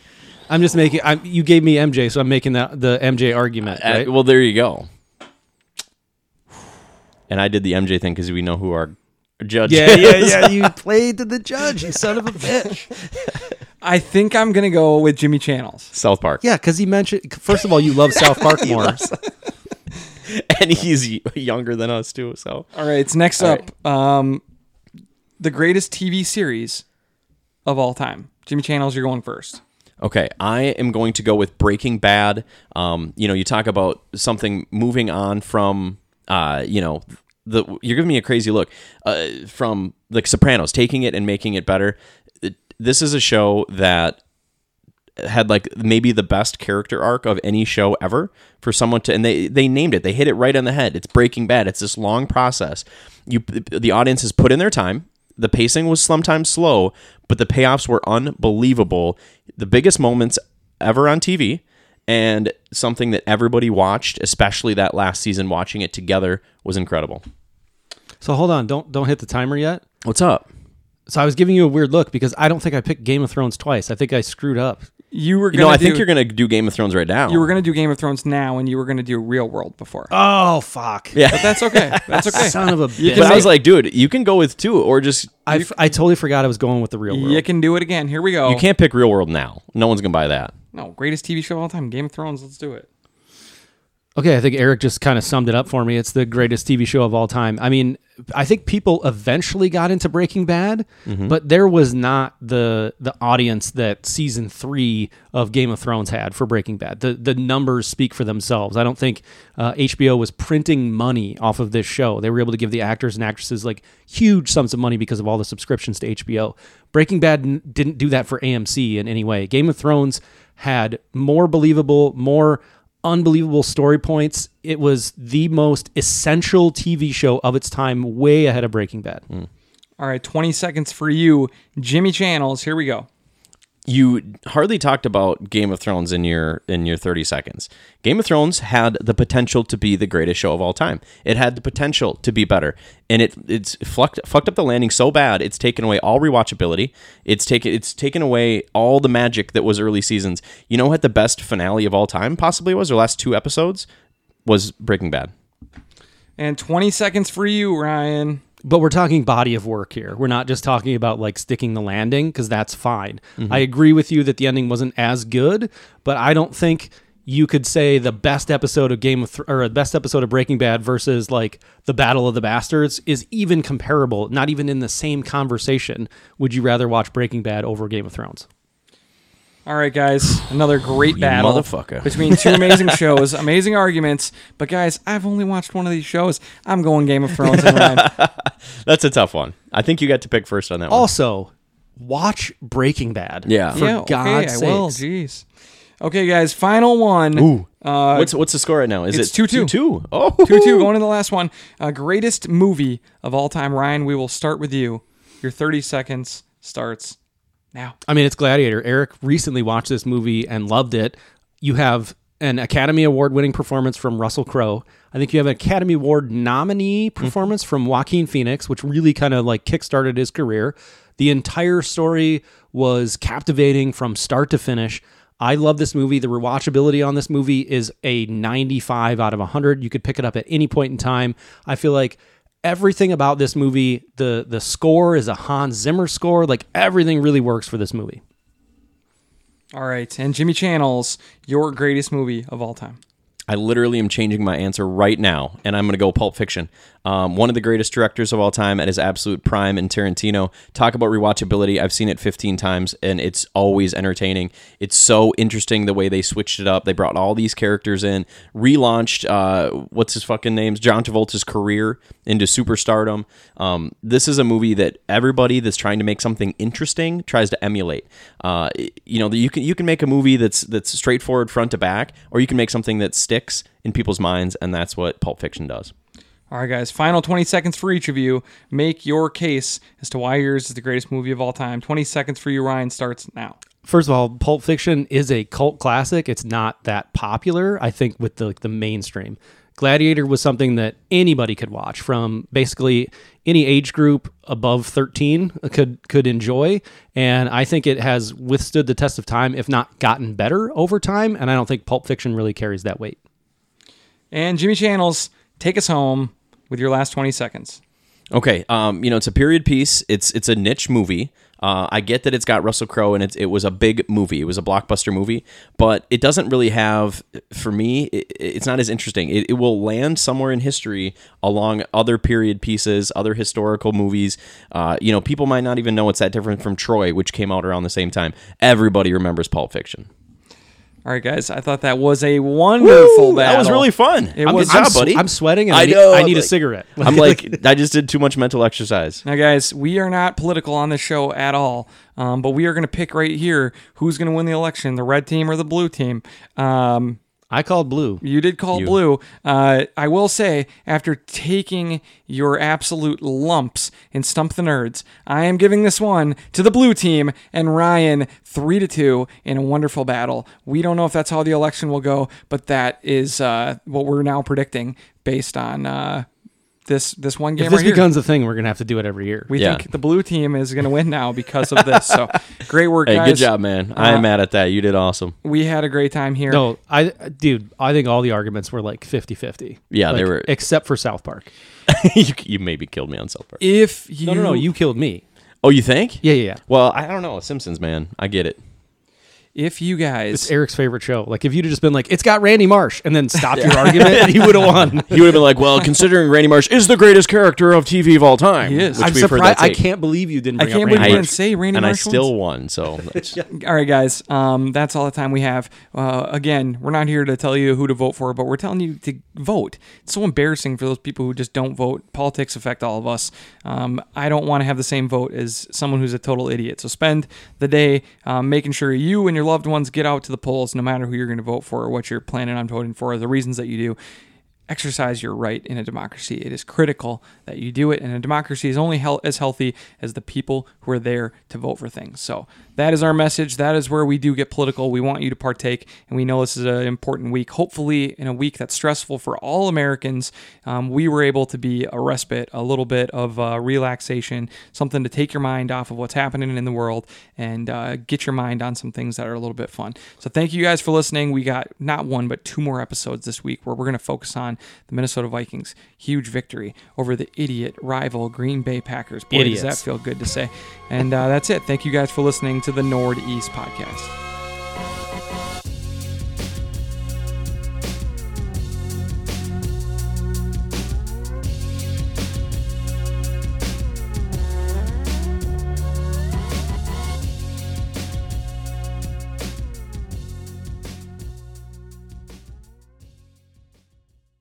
[SPEAKER 2] I'm just making. I'm, you gave me MJ, so I'm making that the MJ argument.
[SPEAKER 3] Uh,
[SPEAKER 2] <laughs> Right?
[SPEAKER 3] well, there you go. And I did the MJ thing because we know who our
[SPEAKER 2] <laughs>
[SPEAKER 3] judge.
[SPEAKER 2] yeah, yeah, yeah. You played to the judge, you son of a bitch.
[SPEAKER 1] I think I'm going to go with Jimmy Channels.
[SPEAKER 3] <laughs> South Park.
[SPEAKER 2] <laughs> Yeah, because he mentioned. First of all, <laughs> you love South Park more.
[SPEAKER 3] and he's y- younger than us too. So
[SPEAKER 1] All right, it's next up um, the greatest TV series of all time. Jimmy Channels, you're going first.
[SPEAKER 3] Okay, I am going to go with Breaking Bad. Um, you know, you talk about something moving on from, uh, you know, the you're giving me a crazy look uh, from the Sopranos, taking it and making it better. It- This is a show that had like maybe the best character arc of any show ever for someone to and they they named it they hit it right on the head it's breaking bad it's this long process you the audience has put in their time the pacing was sometimes slow but the payoffs were unbelievable the biggest moments ever on tv and something that everybody watched especially that last season watching it together was incredible
[SPEAKER 2] So hold on, don't don't hit the timer yet.
[SPEAKER 3] what's up
[SPEAKER 2] So I was giving you a weird look because I don't think I picked Game of Thrones twice. I think I screwed up.
[SPEAKER 1] You were
[SPEAKER 3] you
[SPEAKER 1] going
[SPEAKER 3] know i
[SPEAKER 1] to
[SPEAKER 3] think
[SPEAKER 1] do-
[SPEAKER 3] you're gonna do game of thrones right now
[SPEAKER 1] you were going to do Game of Thrones now, and you were going to do Real World before.
[SPEAKER 2] Oh fuck!
[SPEAKER 1] But that's okay. That's okay.
[SPEAKER 2] Son of a <laughs> bitch.
[SPEAKER 3] but i was like dude you can go with two or just
[SPEAKER 2] I, f- I totally forgot I was going with the real world.
[SPEAKER 1] You can do it again. Here we go.
[SPEAKER 3] you can't pick real world now no one's gonna buy that
[SPEAKER 1] No, greatest TV show of all time, Game of Thrones. Let's do it.
[SPEAKER 2] Okay, I think Eric just kind of summed it up for me. It's the greatest TV show of all time. I mean, I think people eventually got into Breaking Bad, but there was not the the audience that season three of Game of Thrones had for Breaking Bad. The the numbers speak for themselves. I don't think uh, HBO was printing money off of this show. They were able to give the actors and actresses like huge sums of money because of all the subscriptions to HBO. Breaking Bad n- didn't do that for AMC in any way. Game of Thrones had more believable, more unbelievable story points. It was the most essential TV show of its time, way ahead of Breaking Bad.
[SPEAKER 1] All right, 20 seconds for you, Jimmy Channels. Here we go.
[SPEAKER 3] you hardly talked about Game of Thrones in your in your 30 seconds. Game of Thrones had the potential to be the greatest show of all time. It had the potential to be better, and it it's fucked fucked up the landing so bad it's taken away all rewatchability. It's taken it's taken away all the magic that was early seasons. You know what the best finale of all time possibly was, or last two episodes was Breaking Bad.
[SPEAKER 1] And 20 seconds for you, Ryan.
[SPEAKER 2] But we're talking body of work here. We're not just talking about like sticking the landing because that's fine. I agree with you that the ending wasn't as good, but I don't think you could say the best episode of Game of Th- or the best episode of Breaking Bad versus like the Battle of the Bastards is even comparable, not even in the same conversation. Would you rather watch Breaking Bad over Game of Thrones?
[SPEAKER 1] All right, guys, another great
[SPEAKER 3] You
[SPEAKER 1] battle
[SPEAKER 3] motherfucker.
[SPEAKER 1] between two amazing shows, amazing arguments. But guys, I've only watched one of these shows. I'm going Game of Thrones and Ryan.
[SPEAKER 3] That's a tough one. I think you got to pick first on that one.
[SPEAKER 2] Also, watch Breaking Bad.
[SPEAKER 3] Yeah.
[SPEAKER 2] for
[SPEAKER 1] yeah,
[SPEAKER 2] God's
[SPEAKER 1] okay, I will.
[SPEAKER 2] sakes.
[SPEAKER 1] Jeez. Okay, guys, final one. Ooh. Uh,
[SPEAKER 3] what's what's the score right now? Is
[SPEAKER 1] it's
[SPEAKER 3] it
[SPEAKER 1] 2-2.
[SPEAKER 3] Two two. Oh,
[SPEAKER 1] two two going to the last one. Uh, greatest movie of all time, Ryan. We will start with you. Your 30 seconds starts now.
[SPEAKER 2] I mean, it's Gladiator. Eric recently watched this movie and loved it. You have an Academy Award winning performance from Russell Crowe. I think you have an Academy Award nominee
[SPEAKER 1] Mm-hmm.
[SPEAKER 2] performance from Joaquin Phoenix, which really kind of like kickstarted his career. The entire story was captivating from start to finish. I love this movie. The rewatchability on this movie is a 95 out of 100. You could pick it up at any point in time. I feel like everything about this movie the the score is a Hans Zimmer score like everything really works for this movie
[SPEAKER 1] All right, and Jimmy Channels, your greatest movie of all time.
[SPEAKER 3] I literally am changing my answer right now, and I'm going to go Pulp Fiction. Um, one of the greatest directors of all time at his absolute prime in Tarantino. Talk about rewatchability. I've seen it 15 times, and it's always entertaining. It's so interesting the way they switched it up. They brought all these characters in, relaunched, uh, what's his fucking name's John Travolta's career into superstardom. Um, this is a movie that everybody that's trying to make something interesting tries to emulate. Uh, you know, you can you can make a movie that's that's straightforward front to back, or you can make something that sticks in people's minds, and that's what Pulp Fiction does.
[SPEAKER 1] All right, guys, final 20 seconds for each of you. Make your case as to why yours is the greatest movie of all time. 20 seconds for you, Ryan, starts now.
[SPEAKER 2] first of all pulp fiction is a cult classic it's not that popular i think with the like the mainstream gladiator was something that anybody could watch from basically any age group above 13 could could enjoy and i think it has withstood the test of time if not gotten better over time and i don't think pulp fiction really carries that weight
[SPEAKER 1] And Jimmy Channels, take us home with your last 20 seconds.
[SPEAKER 3] Okay, um, you know it's a period piece. It's it's a niche movie. Uh, I get that it's got Russell Crowe and it's, it was a big movie. It was a blockbuster movie, but it doesn't really have, for me, it, it's not as interesting. It, it will land somewhere in history along other period pieces, other historical movies. Uh, you know, people might not even know it's that different from Troy, which came out around the same time. Everybody remembers Pulp Fiction.
[SPEAKER 1] All right, guys, I thought that was a wonderful battle.
[SPEAKER 3] That was really fun.
[SPEAKER 1] It
[SPEAKER 3] Good
[SPEAKER 1] was-
[SPEAKER 3] job,
[SPEAKER 2] I'm, s-
[SPEAKER 3] buddy.
[SPEAKER 2] I'm sweating and i,
[SPEAKER 3] I
[SPEAKER 2] need,
[SPEAKER 3] know,
[SPEAKER 2] I
[SPEAKER 3] I'm
[SPEAKER 2] need a
[SPEAKER 3] like-
[SPEAKER 2] cigarette
[SPEAKER 3] I'm like, I just did too much mental exercise.
[SPEAKER 1] Now, guys, we are not political on this show at all, um, but we are going to pick right here who's going to win the election the red team or the blue team. Um,
[SPEAKER 2] <laughs> i called blue
[SPEAKER 1] you did call blue. Uh, I will say, after taking your absolute lumps in Stump the Nerds, I am giving this one to the blue team and Ryan three to two in a wonderful battle. We don't know if that's how the election will go, but that is uh, what we're now predicting based on uh, this this one game
[SPEAKER 2] If this
[SPEAKER 1] right here.
[SPEAKER 2] becomes a thing, we're gonna have to do it every year.
[SPEAKER 1] We
[SPEAKER 3] Yeah.
[SPEAKER 1] think the blue team is going to win now because of this. So <laughs> great work,
[SPEAKER 3] Hey,
[SPEAKER 1] guys. uh,
[SPEAKER 3] good job, man. I am mad at that. You did awesome. <laughs>
[SPEAKER 1] We had a great time here.
[SPEAKER 2] no, I dude, I think all the arguments were like 50-50.
[SPEAKER 3] Yeah, they
[SPEAKER 2] Like,
[SPEAKER 3] were-
[SPEAKER 2] except for South Park.
[SPEAKER 3] you, you maybe killed me on South Park.
[SPEAKER 1] If you
[SPEAKER 2] No, no, no, you killed me.
[SPEAKER 3] Oh, you think?
[SPEAKER 2] Yeah, yeah, yeah.
[SPEAKER 3] Well, I don't know. Simpsons, man. I get it.
[SPEAKER 1] if you
[SPEAKER 2] It's
[SPEAKER 1] guys
[SPEAKER 2] Eric's favorite show. Like if you'd have just been like, it's got Randy Marsh, and then stopped your argument, <laughs> he would have
[SPEAKER 3] <laughs>
[SPEAKER 2] won.
[SPEAKER 3] He would have been
[SPEAKER 1] <laughs>
[SPEAKER 3] like, well, considering Randy Marsh is the greatest character of TV of all time.
[SPEAKER 1] He is.
[SPEAKER 3] Which
[SPEAKER 2] I'm
[SPEAKER 3] we've heard
[SPEAKER 2] surprised.
[SPEAKER 3] that
[SPEAKER 2] I
[SPEAKER 3] take.
[SPEAKER 2] can't believe you didn't.
[SPEAKER 1] I
[SPEAKER 2] Bring
[SPEAKER 1] can't
[SPEAKER 2] up
[SPEAKER 1] believe
[SPEAKER 2] Randy
[SPEAKER 1] you
[SPEAKER 2] Marsh.
[SPEAKER 1] didn't say Randy
[SPEAKER 3] and I
[SPEAKER 1] Marsh
[SPEAKER 3] still
[SPEAKER 1] once.
[SPEAKER 3] won.
[SPEAKER 1] <laughs>
[SPEAKER 3] So that's-
[SPEAKER 1] All right, guys. Um, that's all the time we have. Uh, again, we're not here to tell you who to vote for, but we're telling you to vote. It's so embarrassing for those people who just don't vote. Politics affect all of us. Um, I don't want to have the same vote as someone who's a total idiot. So spend the day um, making sure you and your loved ones get out to the polls, no matter who you're going to vote for or what you're planning on voting for, or the reasons that you do exercise your right in a democracy. It is critical that you do it, and a democracy is only hel- as healthy as the people who are there to vote for things. So that is our message. That is where we do get political. We want you to partake, and we know this is an important week. Hopefully, in a week that's stressful for all Americans, um, we were able to be a respite, a little bit of uh, relaxation, something to take your mind off of what's happening in the world and uh, get your mind on some things that are a little bit fun. So thank you guys for listening. We got not one but two more episodes this week where we're going to focus on the Minnesota Vikings' huge victory over the idiot rival Green Bay Packers. Boy, does
[SPEAKER 2] Idiots.
[SPEAKER 1] that feel good to say. And uh, that's it. Thank you guys for listening to the Nord East podcast.